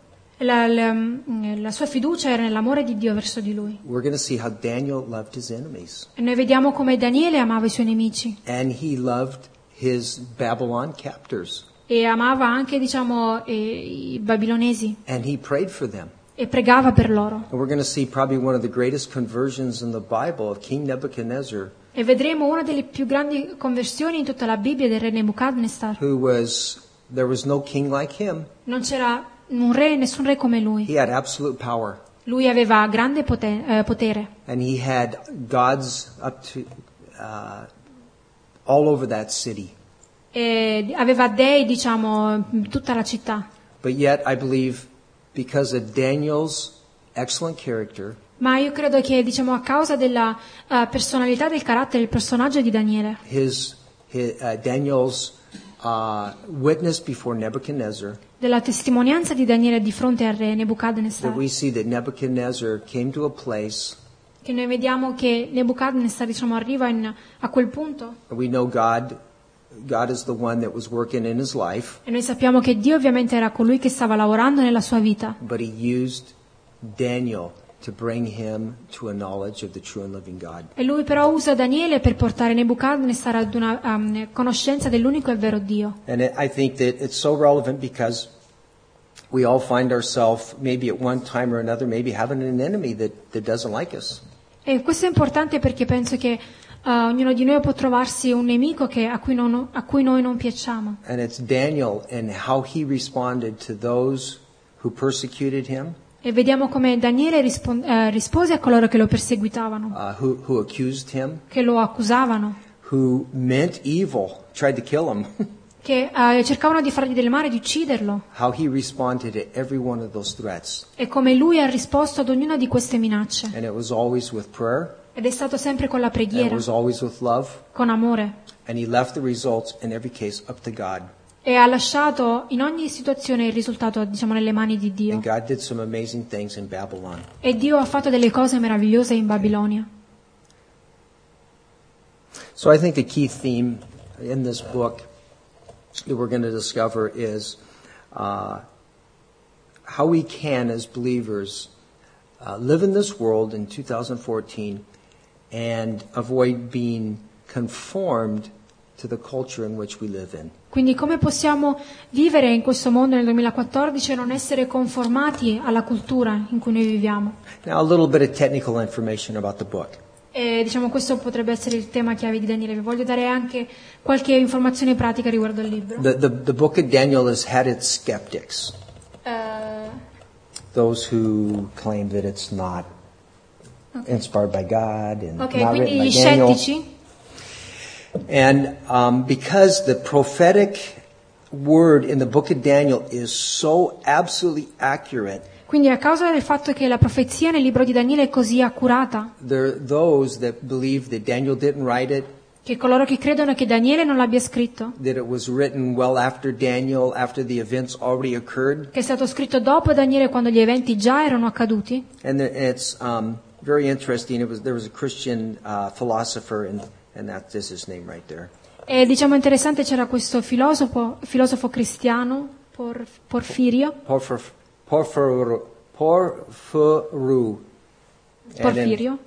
[SPEAKER 2] la- la- mm, la sua fiducia era nell'amore di Dio verso di lui.
[SPEAKER 1] we're going to see how Daniel loved his enemies.
[SPEAKER 2] E noi vediamo come Daniele amava i suoi nemici
[SPEAKER 1] And he loved his Babylon captors.
[SPEAKER 2] e amava anche, diciamo, eh, i babilonesi
[SPEAKER 1] And he prayed for them.
[SPEAKER 2] e pregava per loro.
[SPEAKER 1] And we're going to see probably one of the greatest conversions in the Bible of King Nebuchadnezzar,
[SPEAKER 2] E vedremo una delle più grandi conversioni in tutta la Bibbia del re Nebuchadnezzar.
[SPEAKER 1] who was, there was no king like him.
[SPEAKER 2] Non c'era un re, nessun re come lui.
[SPEAKER 1] He had absolute power.
[SPEAKER 2] Lui aveva grande pote- eh, potere
[SPEAKER 1] And he had gods up to, uh, all over that city.
[SPEAKER 2] e aveva dei, diciamo, in tutta la città.
[SPEAKER 1] But yet, I believe because of Daniel's excellent character,
[SPEAKER 2] Ma io credo che, diciamo, a causa della eh, personalità, del carattere, del personaggio di Daniele,
[SPEAKER 1] his, his uh, Daniel's uh, witness before Nebuchadnezzar,
[SPEAKER 2] della testimonianza di Daniele di fronte al re
[SPEAKER 1] that
[SPEAKER 2] Nebuchadnezzar,
[SPEAKER 1] we see that Nebuchadnezzar came to a place,
[SPEAKER 2] che noi vediamo che Nebuchadnezzar, diciamo, arriva in- a quel punto
[SPEAKER 1] and we know God, God is the one that was working in his life,
[SPEAKER 2] e noi sappiamo che Dio ovviamente era colui che stava lavorando nella sua vita,
[SPEAKER 1] but he used Daniel to bring him to a knowledge of the true and living God.
[SPEAKER 2] E lui però usa Daniele per portare Nebuchadnezzar ad una ehm, conoscenza dell'unico e vero Dio.
[SPEAKER 1] And it, I think that it's so relevant because we all find ourselves, maybe at one time or another, maybe having an enemy that, that doesn't like us.
[SPEAKER 2] E questo è importante perché penso che eh, ognuno di noi può trovarsi un nemico che- a, cui non- a cui noi non piacciamo.
[SPEAKER 1] And it's Daniel and how he responded to those who persecuted him,
[SPEAKER 2] E vediamo come Daniele rispon- eh, rispose a coloro che lo perseguitavano,
[SPEAKER 1] uh, who, who accused him,
[SPEAKER 2] che lo accusavano,
[SPEAKER 1] who meant evil, tried to kill him.
[SPEAKER 2] che eh, cercavano di fargli del male, di ucciderlo.
[SPEAKER 1] how he responded to every one of those threats.
[SPEAKER 2] E come lui ha risposto ad ognuna di queste minacce.
[SPEAKER 1] And it was always with prayer,
[SPEAKER 2] Ed è stato sempre con la
[SPEAKER 1] and it
[SPEAKER 2] preghiera,
[SPEAKER 1] was always with love,
[SPEAKER 2] con amore.
[SPEAKER 1] and he left the results in every case up to God.
[SPEAKER 2] E ha lasciato in ogni situazione il risultato, diciamo, nelle mani di Dio.
[SPEAKER 1] And God did some amazing things in Babylon.
[SPEAKER 2] E Dio ha fatto delle cose meravigliose in Babilonia.
[SPEAKER 1] So I think the key theme in this book that we're going to discover is uh, how we can, as believers, uh, live in this world in 2014 and avoid being conformed to the culture in which we live in.
[SPEAKER 2] Quindi come possiamo vivere in questo mondo nel 2014 e non essere conformati alla cultura in cui noi viviamo?
[SPEAKER 1] Now, a little bit of technical information about the book.
[SPEAKER 2] E, diciamo questo potrebbe essere il tema chiave di Daniele. Vi voglio dare anche qualche informazione pratica riguardo al libro.
[SPEAKER 1] The, the, the book of Daniel has had its skeptics,
[SPEAKER 2] Eh,
[SPEAKER 1] those who claim that it's not inspired by God and
[SPEAKER 2] ok,
[SPEAKER 1] not written
[SPEAKER 2] quindi
[SPEAKER 1] by
[SPEAKER 2] gli
[SPEAKER 1] Daniel.
[SPEAKER 2] scettici.
[SPEAKER 1] And um, because the prophetic word in the book of Daniel is so absolutely accurate,
[SPEAKER 2] Quindi a causa del fatto che la profezia nel libro di Daniele è così accurata,
[SPEAKER 1] there are those that believe that Daniel didn't write it,
[SPEAKER 2] che coloro che credono che Daniele non l'abbia scritto,
[SPEAKER 1] that it was written well after Daniel, after the events already occurred.
[SPEAKER 2] che è stato scritto dopo Daniele quando gli eventi già erano accaduti.
[SPEAKER 1] And there- it's um, very interesting. It was there was a Christian uh, philosopher, and and that is his name right there.
[SPEAKER 2] E diciamo interessante c'era questo filosofo, filosofo cristiano, Por- Porfirio,
[SPEAKER 1] Porphyr- Porphyro- Porphyro. And in-
[SPEAKER 2] Porfirio.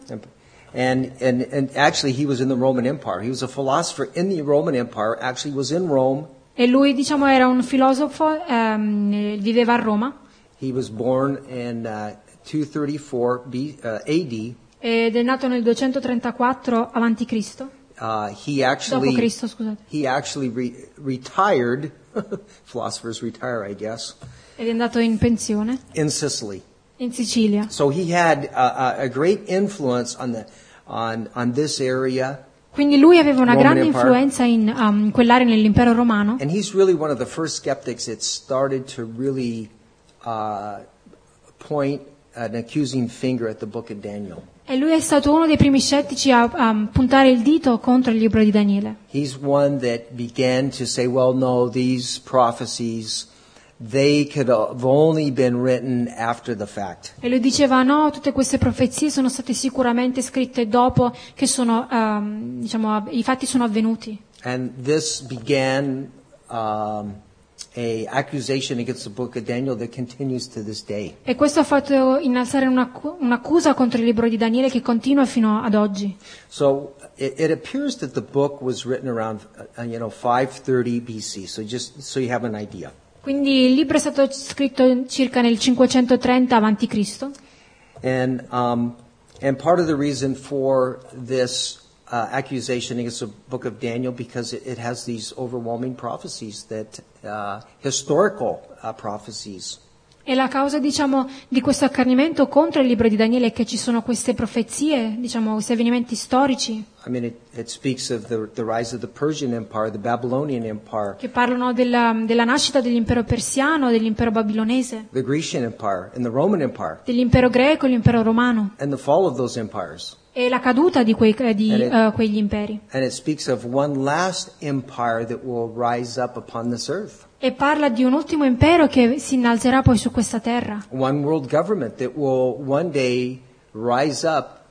[SPEAKER 1] And, and, and actually, he was in the Roman Empire. He was a philosopher in the Roman Empire, actually was in Rome.
[SPEAKER 2] e lui diciamo era un filosofo, ehm, eh, viveva a Roma,
[SPEAKER 1] He was born in uh, 234 B, uh, AD.
[SPEAKER 2] ed è nato nel 234 a.C.
[SPEAKER 1] Uh, he
[SPEAKER 2] Dopo
[SPEAKER 1] actually,
[SPEAKER 2] Cristo, scusate,
[SPEAKER 1] he actually re- retired, philosophers retire, I guess,
[SPEAKER 2] ed è andato in pensione
[SPEAKER 1] in Sicily.
[SPEAKER 2] in Sicilia.
[SPEAKER 1] So he had uh, a, a great influence on, the, on, on this area.
[SPEAKER 2] Quindi lui aveva una
[SPEAKER 1] Roman
[SPEAKER 2] grande
[SPEAKER 1] Empire.
[SPEAKER 2] influenza in ehm, quell'area nell'impero romano
[SPEAKER 1] And he's really one of the first skeptics that started to really uh, point an accusing finger at the book of Daniel.
[SPEAKER 2] e lui è stato uno dei primi scettici a ehm, puntare il dito contro il libro di Daniele.
[SPEAKER 1] He's one that began to say, well, no, these prophecies, they could have only been written after the fact.
[SPEAKER 2] E lui diceva no, tutte queste profezie sono state sicuramente scritte dopo che sono, ehm, diciamo, av- i fatti sono avvenuti.
[SPEAKER 1] And this began um, a accusation against the book of Daniel that continues to this day.
[SPEAKER 2] E questo ha fatto innalzare un'accu- un'accusa contro il libro di Daniele che continua fino ad oggi.
[SPEAKER 1] So it, it appears that the book was written around, uh, you know, 530 BC. So just so you have an idea.
[SPEAKER 2] Quindi il libro è stato scritto circa nel 530 a.C.
[SPEAKER 1] And um, and part of the reason for this uh, accusation against the Book of Daniel because it, it has these overwhelming prophecies that uh, historical uh, prophecies.
[SPEAKER 2] E la causa, diciamo, di questo accanimento contro il libro di Daniele è che ci sono queste profezie, diciamo, questi avvenimenti storici
[SPEAKER 1] I mean, it, it speaks of the, the rise of the Persian Empire, the Babylonian Empire,
[SPEAKER 2] che parlano della, della nascita dell'impero persiano, dell'impero babilonese,
[SPEAKER 1] the Grecian Empire, and the Roman Empire,
[SPEAKER 2] dell'impero greco, l'impero romano.
[SPEAKER 1] and the fall of those empires.
[SPEAKER 2] e la caduta di, quei- eh, di,
[SPEAKER 1] Eh,
[SPEAKER 2] eh, quegli imperi.
[SPEAKER 1] And it speaks of one last empire that will rise up upon this earth,
[SPEAKER 2] E parla di un ultimo impero che si innalzerà poi su questa terra.
[SPEAKER 1] one world government that will one day rise up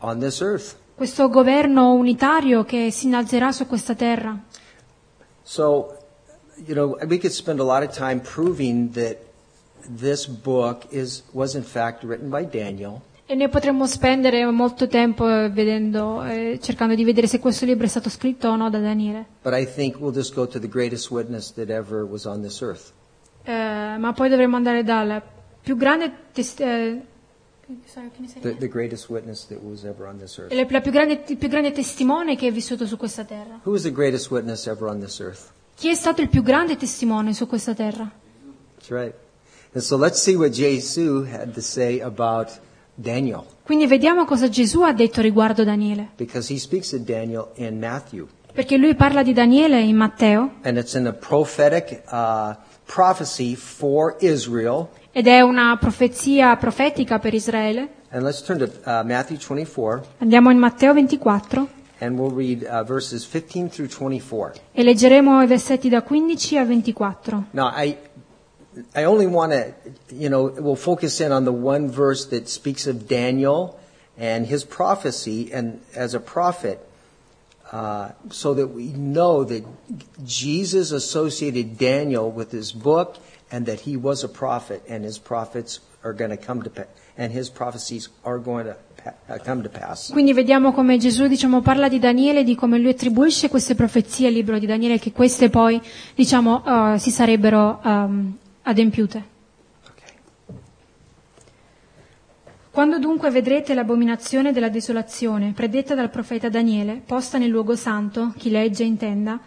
[SPEAKER 1] on this earth.
[SPEAKER 2] Questo governo unitario che si innalzerà su questa terra.
[SPEAKER 1] So, you know, we could spend a lot of time proving that this book is, was in fact written by Daniel,
[SPEAKER 2] E noi potremmo spendere molto tempo eh, vedendo, eh, cercando di vedere se questo libro è stato scritto o no da Daniele.
[SPEAKER 1] but I think we'll just go to the greatest witness that ever was on this earth.
[SPEAKER 2] Eh, ma poi dovremmo andare dal più grande test- eh, sorry, can you say
[SPEAKER 1] The,
[SPEAKER 2] that?
[SPEAKER 1] the greatest witness that was ever on this earth.
[SPEAKER 2] Le- la più grande- il più grande testimone che è vissuto su questa terra.
[SPEAKER 1] Who is the greatest witness ever on this earth?
[SPEAKER 2] Chi è stato il più grande testimone su questa terra?
[SPEAKER 1] That's right. And so let's see what Jesus had to say about Daniel,
[SPEAKER 2] Quindi vediamo cosa Gesù ha detto riguardo Daniele.
[SPEAKER 1] because he speaks of Daniel in Matthew.
[SPEAKER 2] Perché lui parla di Daniele in Matteo
[SPEAKER 1] And it's in a prophetic uh, prophecy for Israel.
[SPEAKER 2] ed è una profezia profetica per Israele.
[SPEAKER 1] And let's turn to uh, Matthew 24,
[SPEAKER 2] Andiamo in Matteo 24
[SPEAKER 1] and we'll read uh, verses 15 through 24.
[SPEAKER 2] e leggeremo i versetti da 15 a 24.
[SPEAKER 1] Now, I, I only want to, you know, we'll focus in on the one verse that speaks of Daniel and his prophecy and as a prophet, uh, so that we know that Jesus associated Daniel with his book and that he was a prophet and his prophets are going to come to pa- and his prophecies are going to pa- uh, come to pass.
[SPEAKER 2] Quindi vediamo come Gesù diciamo, parla di Daniele, di come lui attribuisce queste profezie al libro di Daniele, che queste poi diciamo, eh, si sarebbero ehm, adempiute.
[SPEAKER 1] Okay.
[SPEAKER 2] Quando dunque vedrete l'abominazione della desolazione, predetta dal profeta Daniele, posta nel luogo santo, chi legge e intenda,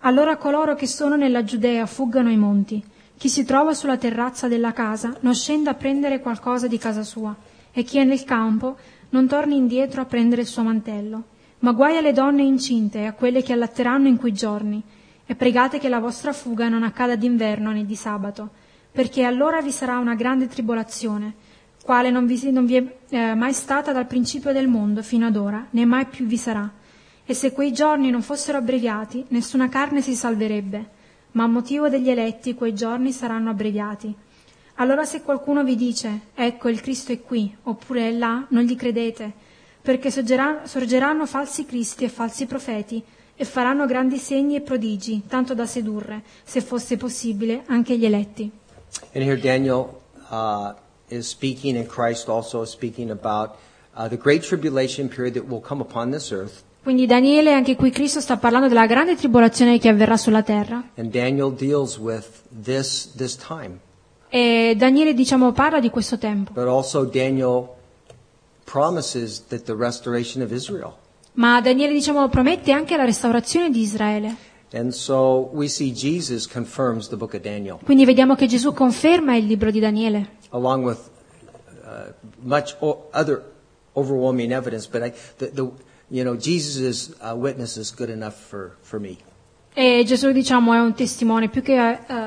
[SPEAKER 2] allora coloro che sono nella Giudea fuggano ai monti. Chi si trova sulla terrazza della casa non scenda a prendere qualcosa di casa sua, e chi è nel campo non torni indietro a prendere il suo mantello. Ma guai alle donne incinte e a quelle che allatteranno in quei giorni, e pregate che la vostra fuga non accada d'inverno né di sabato, perché allora vi sarà una grande tribolazione, quale non vi, si- non vi è eh, mai stata dal principio del mondo fino ad ora, né mai più vi sarà. E se quei giorni non fossero abbreviati, nessuna carne si salverebbe, ma a motivo degli eletti quei giorni saranno abbreviati. Allora se qualcuno vi dice, ecco il Cristo è qui, oppure è là, non gli credete, perché sorgerà- sorgeranno falsi cristi e falsi profeti, e faranno grandi segni e prodigi, tanto da sedurre, se fosse possibile, anche gli eletti.
[SPEAKER 1] And here Daniel uh, is speaking, and Christ also is speaking about uh, the great tribulation period that will come upon this earth.
[SPEAKER 2] Quindi Daniele, anche qui Cristo sta parlando della grande tribolazione che avverrà sulla terra.
[SPEAKER 1] And Daniel deals with this this time.
[SPEAKER 2] E Daniele, diciamo, parla di questo tempo.
[SPEAKER 1] But also Daniel promises that the restoration of Israel.
[SPEAKER 2] Ma Daniele, diciamo, promette anche la restaurazione di Israele.
[SPEAKER 1] And so we see Jesus confirms the book of Daniel,
[SPEAKER 2] Quindi vediamo che Gesù conferma il libro di Daniele,
[SPEAKER 1] along with uh, much o- other overwhelming evidence. But I, the, the, you know, Jesus' uh, witness is good enough for, for me.
[SPEAKER 2] E Gesù, diciamo, è un testimone più che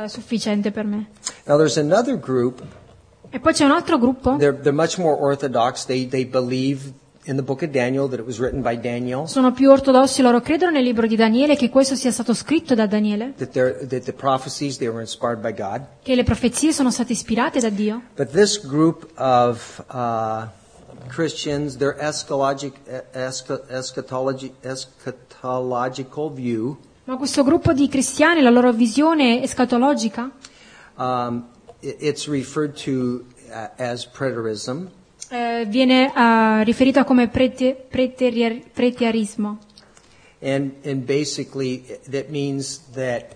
[SPEAKER 2] eh, sufficiente per me.
[SPEAKER 1] Now there's another group
[SPEAKER 2] E poi c'è un altro gruppo,
[SPEAKER 1] They're, they're much more orthodox. They, they believe in the book of Daniel that it was written by Daniel,
[SPEAKER 2] sono più ortodossi, loro credono nel libro di Daniele che questo sia stato scritto da Daniele,
[SPEAKER 1] that, they're, that the prophecies, they were inspired by God.
[SPEAKER 2] che le profezie sono state ispirate da Dio.
[SPEAKER 1] But this group of uh, Christians, their eschatologic, escha- eschatology, eschatological view
[SPEAKER 2] Ma questo gruppo di cristiani, la loro visione escatologica,
[SPEAKER 1] um, i- it's referred to uh, as preterism.
[SPEAKER 2] eh, viene eh, riferita come prete- preteriar- preterismo.
[SPEAKER 1] And, and basically, that means that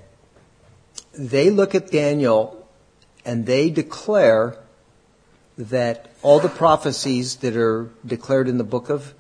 [SPEAKER 1] they look at Daniel and they declare that all the prophecies that are declared in the book of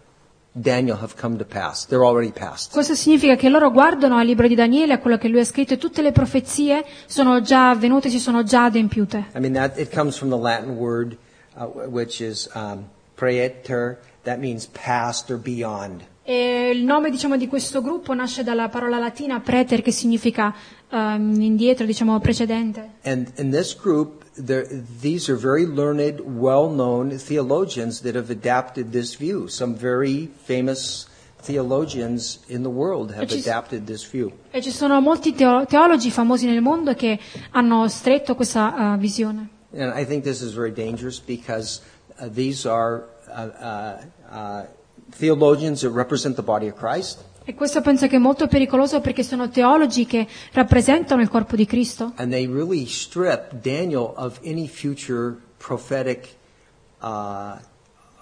[SPEAKER 1] Daniel have come to pass. They're already passed.
[SPEAKER 2] Questo significa che loro guardano al libro di Daniele, a quello che lui ha scritto, e tutte le profezie sono già avvenute, si sono già adempiute.
[SPEAKER 1] I mean, that, it comes from the Latin word, uh, which is um, praeter. That means past or beyond.
[SPEAKER 2] E il nome diciamo, di questo gruppo nasce dalla parola latina preter, che significa ehm, indietro, diciamo precedente.
[SPEAKER 1] And in this group, there, these are very learned, well-known theologians that have adapted this view. Some very famous theologians in the world have
[SPEAKER 2] Which is-
[SPEAKER 1] adapted this view.
[SPEAKER 2] E ci sono molti teo- teologi famosi nel mondo che hanno stretto questa eh, visione.
[SPEAKER 1] And I think this is very dangerous because uh, these are uh, uh, uh, theologians that represent the body of Christ.
[SPEAKER 2] E questo penso che è molto pericoloso perché sono teologi che rappresentano il corpo di Cristo
[SPEAKER 1] And they really strip Daniel of any future prophetic uh,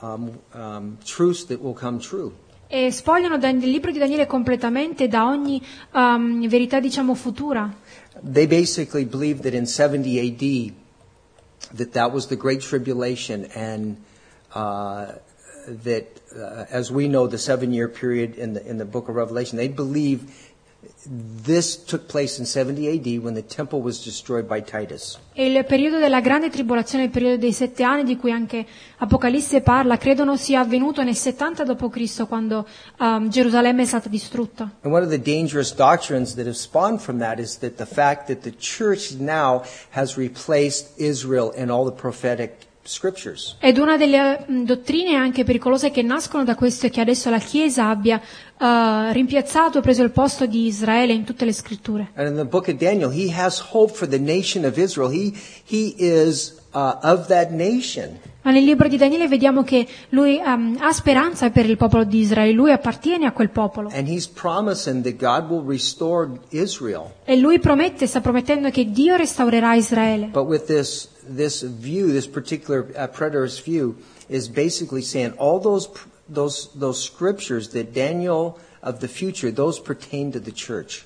[SPEAKER 1] um, um, truths that will come true.
[SPEAKER 2] e spogliano Dan- il libro di Daniele completamente da ogni ehm, verità, diciamo, futura.
[SPEAKER 1] They basically believed that in 70 AD, that that was the Great Tribulation, and uh, that, uh, as we know, the seven-year period in the in the Book of Revelation, they believe this took place in 70 AD when the temple was destroyed by Titus.
[SPEAKER 2] E il periodo della grande tribolazione, il periodo dei sette anni di cui anche Apocalisse parla, credono sia avvenuto nel 70 d.C., quando ehm, Gerusalemme è stata distrutta.
[SPEAKER 1] And one of the dangerous doctrines that have spawned from that is that the fact that the church now has replaced Israel in all the prophetic scriptures.
[SPEAKER 2] Ed una delle mh, dottrine anche pericolose che nascono da questo è che adesso la Chiesa abbia eh, rimpiazzato e preso il posto di Israele in tutte le scritture.
[SPEAKER 1] And in the book of Daniel, he has hope for the nation of Israel. He, he is uh, of that nation.
[SPEAKER 2] Ma nel libro di Daniele vediamo che lui ehm, ha speranza per il popolo di Israele, lui appartiene a quel popolo.
[SPEAKER 1] And he's promising that God will restore Israel.
[SPEAKER 2] E lui promette, sta promettendo che Dio restaurerà Israele.
[SPEAKER 1] But with this, this view, this particular uh, preterist view, is basically saying all those, those, those scriptures that Daniel of the future, those pertain to the church.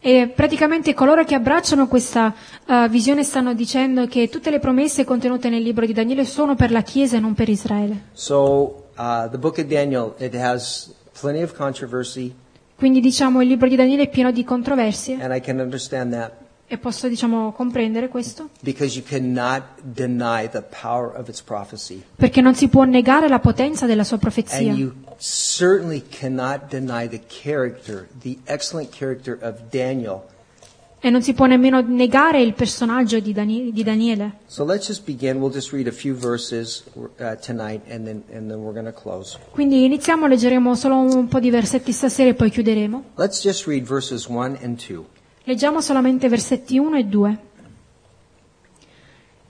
[SPEAKER 2] E praticamente coloro che abbracciano questa eh, visione stanno dicendo che tutte le promesse contenute nel libro di Daniele sono per la Chiesa e non per Israele.
[SPEAKER 1] So uh, the book of Daniel, it has plenty of controversy,
[SPEAKER 2] Quindi diciamo il libro di Daniele è pieno di controversie
[SPEAKER 1] and I can understand that
[SPEAKER 2] e posso diciamo comprendere questo
[SPEAKER 1] because you cannot deny the power of its prophecy,
[SPEAKER 2] perché non si può negare la potenza della sua profezia
[SPEAKER 1] and you certainly cannot deny the character, the excellent character of Daniel.
[SPEAKER 2] e non si può nemmeno negare il personaggio di, Dani- di Daniele.
[SPEAKER 1] So let's just begin. We'll just read a few verses uh, tonight, and then and then we're going to close.
[SPEAKER 2] Quindi iniziamo, leggeremo solo un po' di versetti stasera e poi chiuderemo.
[SPEAKER 1] Let's just read verses one and two.
[SPEAKER 2] Leggiamo solamente versetti 1 e 2.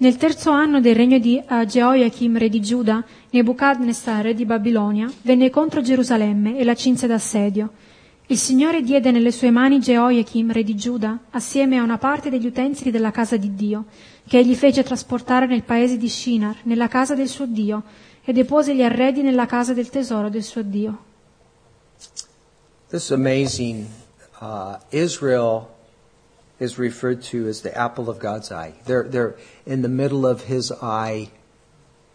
[SPEAKER 2] Nel terzo anno del regno di eh, Jehoiachim, re di Giuda, Nebuchadnezzar, re di Babilonia, venne contro Gerusalemme e la cinse d'assedio. Il Signore diede nelle sue mani Jehoiachim, re di Giuda, assieme a una parte degli utensili della casa di Dio, che egli fece trasportare nel paese di Shinar, nella casa del suo Dio, e depose gli arredi nella casa del tesoro del suo Dio.
[SPEAKER 1] This is amazing. Uh, Israel is referred to as the apple of God's eye. They're, they're in the middle of his eye.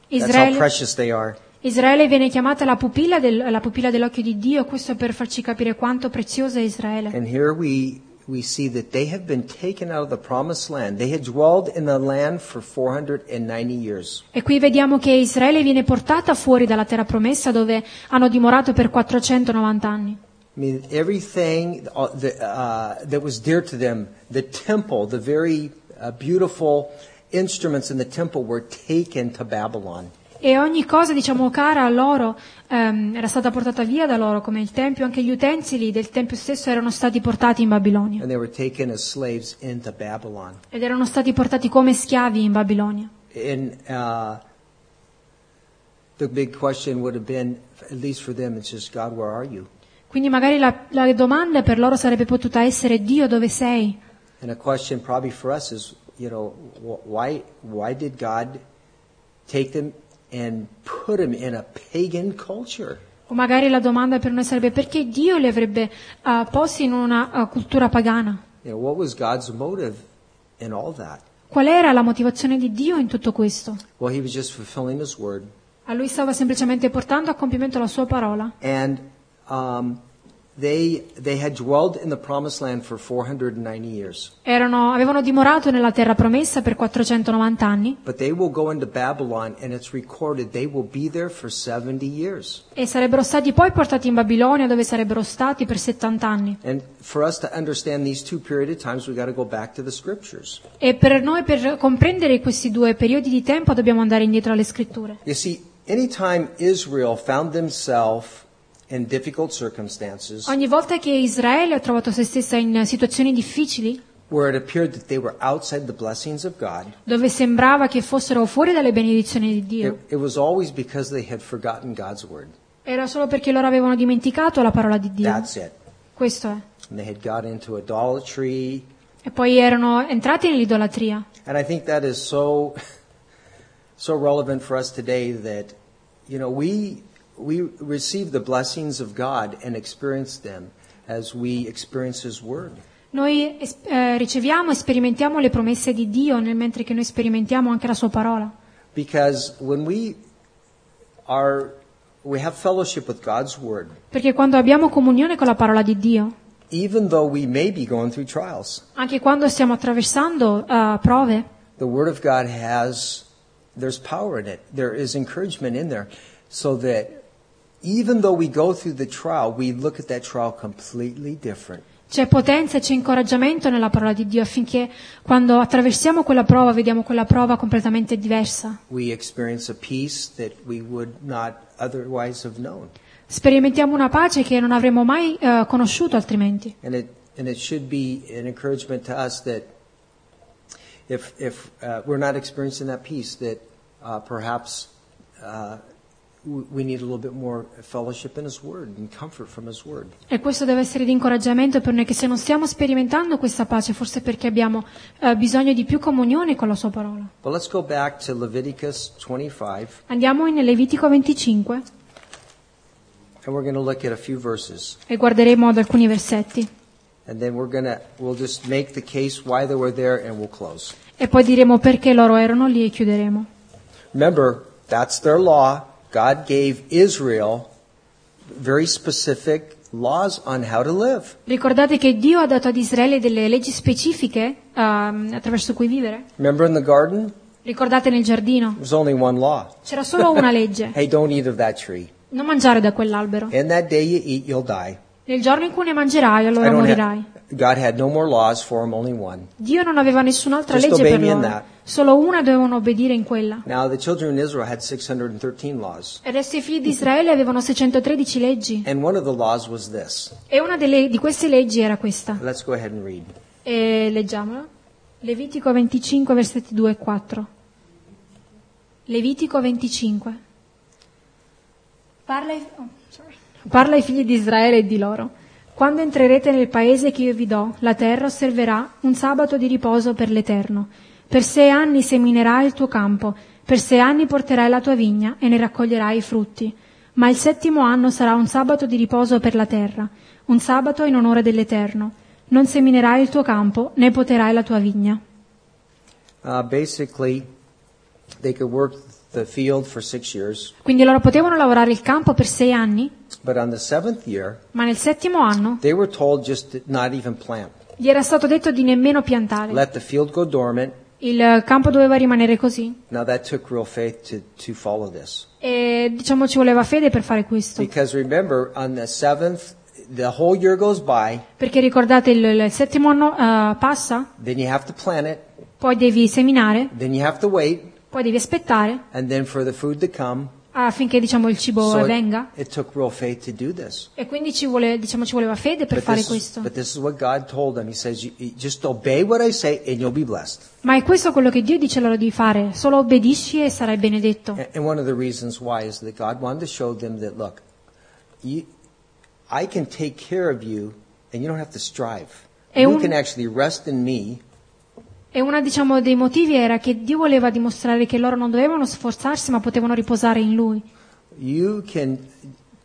[SPEAKER 1] That's how
[SPEAKER 2] Israele-
[SPEAKER 1] precious they are.
[SPEAKER 2] Israele viene chiamata la pupilla, del- la pupilla dell'occhio di Dio, questo per farci capire quanto preziosa è Israele.
[SPEAKER 1] And here we, we see that they have been taken out of the promised land. They had dwelled in the land for 490 years.
[SPEAKER 2] E qui vediamo che Israele viene portata fuori dalla terra promessa dove hanno dimorato per 490 anni.
[SPEAKER 1] I mean, everything uh, the, uh, that was dear to them, the temple, the very uh, beautiful instruments in the temple were taken to Babylon.
[SPEAKER 2] E ogni cosa, diciamo, cara a loro ehm, era stata portata via da loro, come il Tempio, anche gli utensili del Tempio stesso erano stati portati in Babilonia
[SPEAKER 1] And they were taken as slaves into Babylon.
[SPEAKER 2] ed erano stati portati come schiavi in Babilonia.
[SPEAKER 1] And uh, the big question would have been, at least for them, it's just, God, where are you?
[SPEAKER 2] Quindi magari la, la domanda per loro sarebbe potuta essere Dio dove sei?
[SPEAKER 1] And a question probably for us is, you know, wh- why, why did God take them and put them in a pagan culture?
[SPEAKER 2] O magari la domanda per noi sarebbe perché Dio li avrebbe eh, posti in una eh, cultura pagana?
[SPEAKER 1] You know, what was God's motive in all that?
[SPEAKER 2] Qual era la motivazione di Dio in tutto questo?
[SPEAKER 1] Well, he was just fulfilling his word.
[SPEAKER 2] A lui stava semplicemente portando a compimento la sua parola
[SPEAKER 1] And um, they, they had dwelled in the promised land for 490 years.
[SPEAKER 2] Erano- avevano dimorato nella terra promessa per 490 anni
[SPEAKER 1] But they will go into Babylon, and it's recorded they will be there for 70 years.
[SPEAKER 2] e sarebbero stati poi portati in Babilonia dove sarebbero stati per 70 anni.
[SPEAKER 1] And for us to understand these two period of times, we've got to go back to the scriptures.
[SPEAKER 2] E per noi, per comprendere questi due periodi di tempo, dobbiamo andare indietro alle scritture.
[SPEAKER 1] You see, anytime Israel found themselves in difficult circumstances
[SPEAKER 2] Ogni volta che Israele ha trovato se stessa in situazioni difficili,
[SPEAKER 1] where it appeared that they were outside the blessings of God,
[SPEAKER 2] dove sembrava che fossero fuori dalle benedizioni di
[SPEAKER 1] it,
[SPEAKER 2] Dio,
[SPEAKER 1] it was always because they had forgotten God's word.
[SPEAKER 2] era solo perché loro avevano dimenticato la parola di Dio.
[SPEAKER 1] That's it.
[SPEAKER 2] Questo è.
[SPEAKER 1] And they had got into idolatry.
[SPEAKER 2] E poi erano entrati nell'idolatria.
[SPEAKER 1] And I think that is so, so relevant for us today that, you know, we, we receive the blessings of God and experience them as we experience His Word.
[SPEAKER 2] Noi es- eh, riceviamo e sperimentiamo le promesse di Dio nel mentre che noi sperimentiamo anche la sua parola.
[SPEAKER 1] Because when we are, we have fellowship with God's Word,
[SPEAKER 2] Perché quando abbiamo comunione con la parola di Dio,
[SPEAKER 1] even though we may be going through trials,
[SPEAKER 2] anche quando stiamo attraversando eh, prove,
[SPEAKER 1] the Word of God has, there's power in it. There is encouragement in there. So that even though we go through the trial, we look at that trial completely different.
[SPEAKER 2] c'è potenza e c'è incoraggiamento nella parola di Dio affinché quando attraversiamo quella prova vediamo quella prova completamente diversa.
[SPEAKER 1] We experience a peace that we would not otherwise have known.
[SPEAKER 2] Sperimentiamo una pace che non avremmo mai eh, conosciuto altrimenti.
[SPEAKER 1] And it, and it should be an encouragement to us that if, if uh, we're not experiencing that peace, that uh, perhaps uh, we we need a little bit more fellowship in His Word and comfort from His Word.
[SPEAKER 2] E questo deve essere di incoraggiamento per noi che se non stiamo sperimentando questa pace, forse perché abbiamo eh, bisogno di più comunione con la sua parola.
[SPEAKER 1] But let's go back to Leviticus 25,
[SPEAKER 2] Andiamo in Levitico 25
[SPEAKER 1] and we're going to look at a few verses.
[SPEAKER 2] e guarderemo ad alcuni versetti
[SPEAKER 1] And then we're going to, we'll just make the case why they were there, and we'll close.
[SPEAKER 2] e poi diremo perché loro erano lì e chiuderemo.
[SPEAKER 1] Remember, that's their law. God gave Israel very specific laws on how to live.
[SPEAKER 2] Ricordate che Dio ha dato ad Israele delle leggi specifiche ehm, attraverso cui vivere?
[SPEAKER 1] Remember in the garden?
[SPEAKER 2] Ricordate nel giardino?
[SPEAKER 1] There's only one law.
[SPEAKER 2] C'era solo una legge,
[SPEAKER 1] Hey, don't eat of that tree.
[SPEAKER 2] non mangiare da quell'albero.
[SPEAKER 1] And that day you eat, you'll die.
[SPEAKER 2] Nel giorno in cui ne mangerai,
[SPEAKER 1] I
[SPEAKER 2] allora
[SPEAKER 1] don't have-
[SPEAKER 2] morirai.
[SPEAKER 1] God had no more laws for him, only one.
[SPEAKER 2] Dio non aveva nessun'altra
[SPEAKER 1] Just
[SPEAKER 2] legge
[SPEAKER 1] obey
[SPEAKER 2] per
[SPEAKER 1] me in that.
[SPEAKER 2] loro, solo una dovevano obbedire in quella.
[SPEAKER 1] Now, the children in Israel had 613 laws.
[SPEAKER 2] E adesso i figli di Israele avevano 613 leggi
[SPEAKER 1] And one of the laws was this.
[SPEAKER 2] e una delle- di queste leggi era questa.
[SPEAKER 1] Let's go ahead and read.
[SPEAKER 2] E leggiamola. Levitico 25, versetti 2 e 4. Levitico 25. Parla ai, oh, sorry. Parla ai figli di Israele e di loro. Quando entrerete nel paese che io vi do, la terra osserverà un sabato di riposo per l'Eterno. Per sei anni seminerai il tuo campo, per sei anni porterai la tua vigna e ne raccoglierai i frutti. Ma il settimo anno sarà un sabato di riposo per la terra, un sabato in onore dell'Eterno. Non seminerai il tuo campo, né poterai la tua vigna.
[SPEAKER 1] Uh, basically, they could work the field for six years,
[SPEAKER 2] Quindi loro potevano lavorare il campo per sei anni,
[SPEAKER 1] but on the seventh year,
[SPEAKER 2] ma nel settimo anno
[SPEAKER 1] they were told just to not even plant.
[SPEAKER 2] gli era stato detto di nemmeno piantare.
[SPEAKER 1] Let the field go dormant.
[SPEAKER 2] Il campo doveva rimanere così.
[SPEAKER 1] Now, that took real faith to, to follow this.
[SPEAKER 2] E diciamo ci voleva fede per fare questo.
[SPEAKER 1] Because remember, on the seventh, the whole year goes by,
[SPEAKER 2] Perché ricordate il, il settimo anno eh, passa,
[SPEAKER 1] then you have to plant it,
[SPEAKER 2] poi devi seminare,
[SPEAKER 1] then you have to wait,
[SPEAKER 2] poi devi aspettare
[SPEAKER 1] and then for the food to come.
[SPEAKER 2] affinché diciamo il cibo
[SPEAKER 1] So it,
[SPEAKER 2] venga.
[SPEAKER 1] it took real faith to do this.
[SPEAKER 2] E quindi ci, vuole, diciamo, ci voleva fede per
[SPEAKER 1] But
[SPEAKER 2] fare
[SPEAKER 1] this, is,
[SPEAKER 2] questo.
[SPEAKER 1] but this is what God told them. He says, you, you just obey what I say and you'll be blessed.
[SPEAKER 2] Ma è questo quello che Dio dice loro di fare. Solo obbedisci e sarai benedetto.
[SPEAKER 1] And and one of the reasons why is that God wanted to show them that, look, you, I can take care of you and you don't have to strive.
[SPEAKER 2] E
[SPEAKER 1] you
[SPEAKER 2] un-
[SPEAKER 1] can actually rest in me
[SPEAKER 2] E uno diciamo, dei motivi era che Dio voleva dimostrare che loro non dovevano sforzarsi ma potevano riposare in Lui.
[SPEAKER 1] You can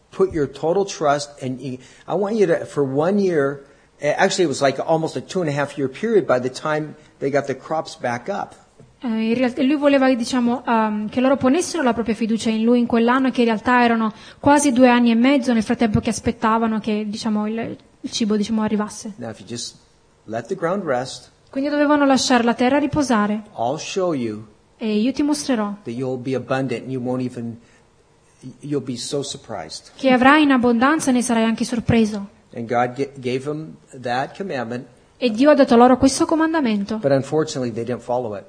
[SPEAKER 1] put your total trust, and you, I want you to, for one year, eh, actually, it was like almost a two and a half year period by the time they got the crops back up.
[SPEAKER 2] Eh, in realtà, lui voleva diciamo, ehm, che loro ponessero la propria fiducia in Lui in quell'anno che in realtà erano quasi due anni e mezzo nel frattempo che aspettavano che diciamo, il, il cibo diciamo, arrivasse.
[SPEAKER 1] Now, if you just let the ground rest,
[SPEAKER 2] Quindi dovevano lasciare la terra riposare
[SPEAKER 1] I'll show you
[SPEAKER 2] e io ti mostrerò
[SPEAKER 1] that you'll be abundant and you won't even, you'll be so surprised.
[SPEAKER 2] che avrai in abbondanza e ne sarai anche sorpreso.
[SPEAKER 1] And God g- gave them that commandment,
[SPEAKER 2] E Dio ha dato loro questo comandamento,
[SPEAKER 1] but unfortunately, they didn't follow it.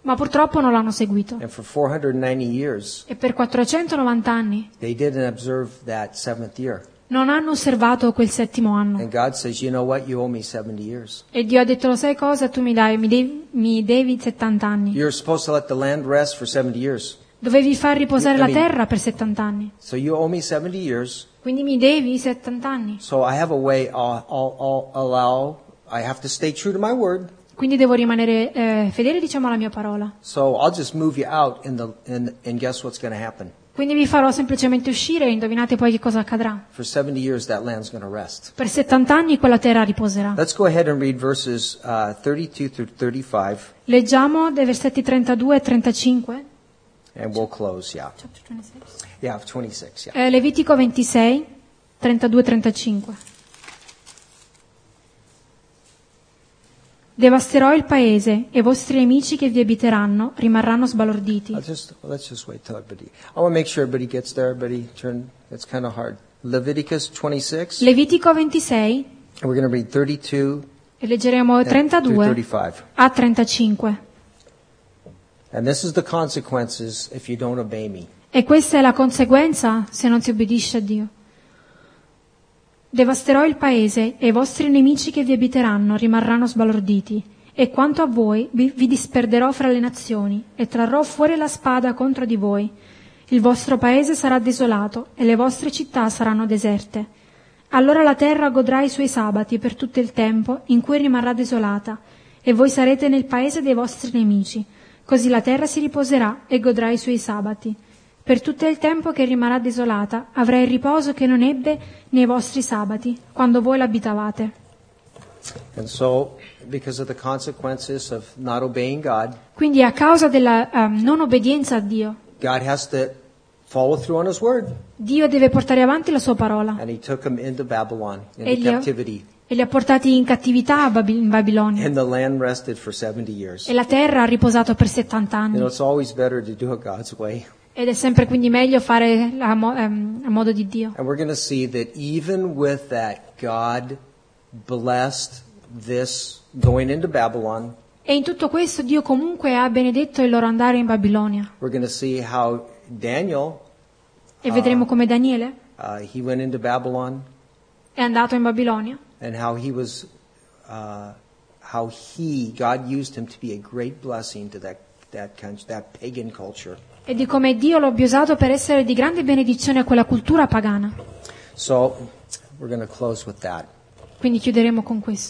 [SPEAKER 2] ma purtroppo non l'hanno seguito.
[SPEAKER 1] And for 490 years,
[SPEAKER 2] E per 490 anni
[SPEAKER 1] they didn't observe that seventh year.
[SPEAKER 2] non hanno osservato quel settimo anno.
[SPEAKER 1] And God says, you know what? You owe me 70 years.
[SPEAKER 2] E Dio ha detto, lo sai cosa? Tu mi, dai, mi, devi, mi devi 70 anni.
[SPEAKER 1] You're supposed to let the land rest for 70 years.
[SPEAKER 2] Dovevi far riposare la
[SPEAKER 1] I mean-
[SPEAKER 2] terra per 70 anni.
[SPEAKER 1] So you owe me 70 years,
[SPEAKER 2] Quindi mi devi i 70 anni.
[SPEAKER 1] So I have a way, uh, I'll, I'll, I'll allow, I have to stay true to my word.
[SPEAKER 2] Quindi devo rimanere eh, fedele, diciamo, alla mia parola.
[SPEAKER 1] So I'll just move you out in the, in, and guess what's going to happen?
[SPEAKER 2] Quindi vi farò semplicemente uscire e indovinate poi che cosa accadrà.
[SPEAKER 1] For 70 years, that land's going to rest.
[SPEAKER 2] Per 70 anni quella terra riposerà.
[SPEAKER 1] Let's go ahead and read verses uh, 32 through 35,
[SPEAKER 2] Leggiamo dai versetti 32 e 35.
[SPEAKER 1] and we'll close. Yeah. Yeah, 26. Yeah.
[SPEAKER 2] Eh, Levitico 26, 32 35. Devasterò il paese e i vostri amici che vi abiteranno rimarranno sbalorditi.
[SPEAKER 1] I'll just, let's just wait till everybody. I want to make sure everybody gets there. Everybody turn. It's kind of hard. Leviticus 26.
[SPEAKER 2] Levitico 26
[SPEAKER 1] and we're going to read 32
[SPEAKER 2] e
[SPEAKER 1] Eh,
[SPEAKER 2] leggeremo
[SPEAKER 1] through
[SPEAKER 2] 32
[SPEAKER 1] 35.
[SPEAKER 2] a 35.
[SPEAKER 1] And this is the consequences if you don't obey me.
[SPEAKER 2] E questa è la conseguenza se non si obbedisce a Dio. Devasterò il paese e i vostri nemici che vi abiteranno rimarranno sbalorditi. E quanto a voi, vi, vi disperderò fra le nazioni e trarrò fuori la spada contro di voi. Il vostro paese sarà desolato e le vostre città saranno deserte. Allora la terra godrà i suoi sabati per tutto il tempo in cui rimarrà desolata, e voi sarete nel paese dei vostri nemici. Così la terra si riposerà e godrà i suoi sabati. Per tutto il tempo che rimarrà desolata avrà il riposo che non ebbe nei vostri sabati, quando voi l'abitavate.
[SPEAKER 1] And so, because of the consequences of not obeying God,
[SPEAKER 2] Quindi a causa della ehm, non obbedienza a Dio,
[SPEAKER 1] God has to follow through on his word.
[SPEAKER 2] Dio deve portare avanti la sua parola
[SPEAKER 1] And he took them into Babylon, into
[SPEAKER 2] E li ha-
[SPEAKER 1] captivity.
[SPEAKER 2] e li ha portati in cattività a Babil- in Babilonia.
[SPEAKER 1] And the land rested for 70 years.
[SPEAKER 2] E la terra ha riposato per 70
[SPEAKER 1] You
[SPEAKER 2] anni.
[SPEAKER 1] know, it's always better to do it God's way.
[SPEAKER 2] Ed è sempre quindi meglio fare a, mo- ehm, a modo di Dio.
[SPEAKER 1] And we're going to see that even with that, God blessed this going into Babylon.
[SPEAKER 2] E in tutto questo Dio comunque ha benedetto il loro andare in Babilonia.
[SPEAKER 1] We're going to see how Daniel,
[SPEAKER 2] E vedremo come Daniele
[SPEAKER 1] uh, he went into Babylon
[SPEAKER 2] è andato in Babilonia
[SPEAKER 1] and how he was, uh, how he, God used him to be a great blessing to that, that, coun- that pagan culture.
[SPEAKER 2] e di come Dio lo abbia usato per essere di grande benedizione a quella cultura pagana.
[SPEAKER 1] So we're going to close with that.
[SPEAKER 2] Quindi chiuderemo con questo.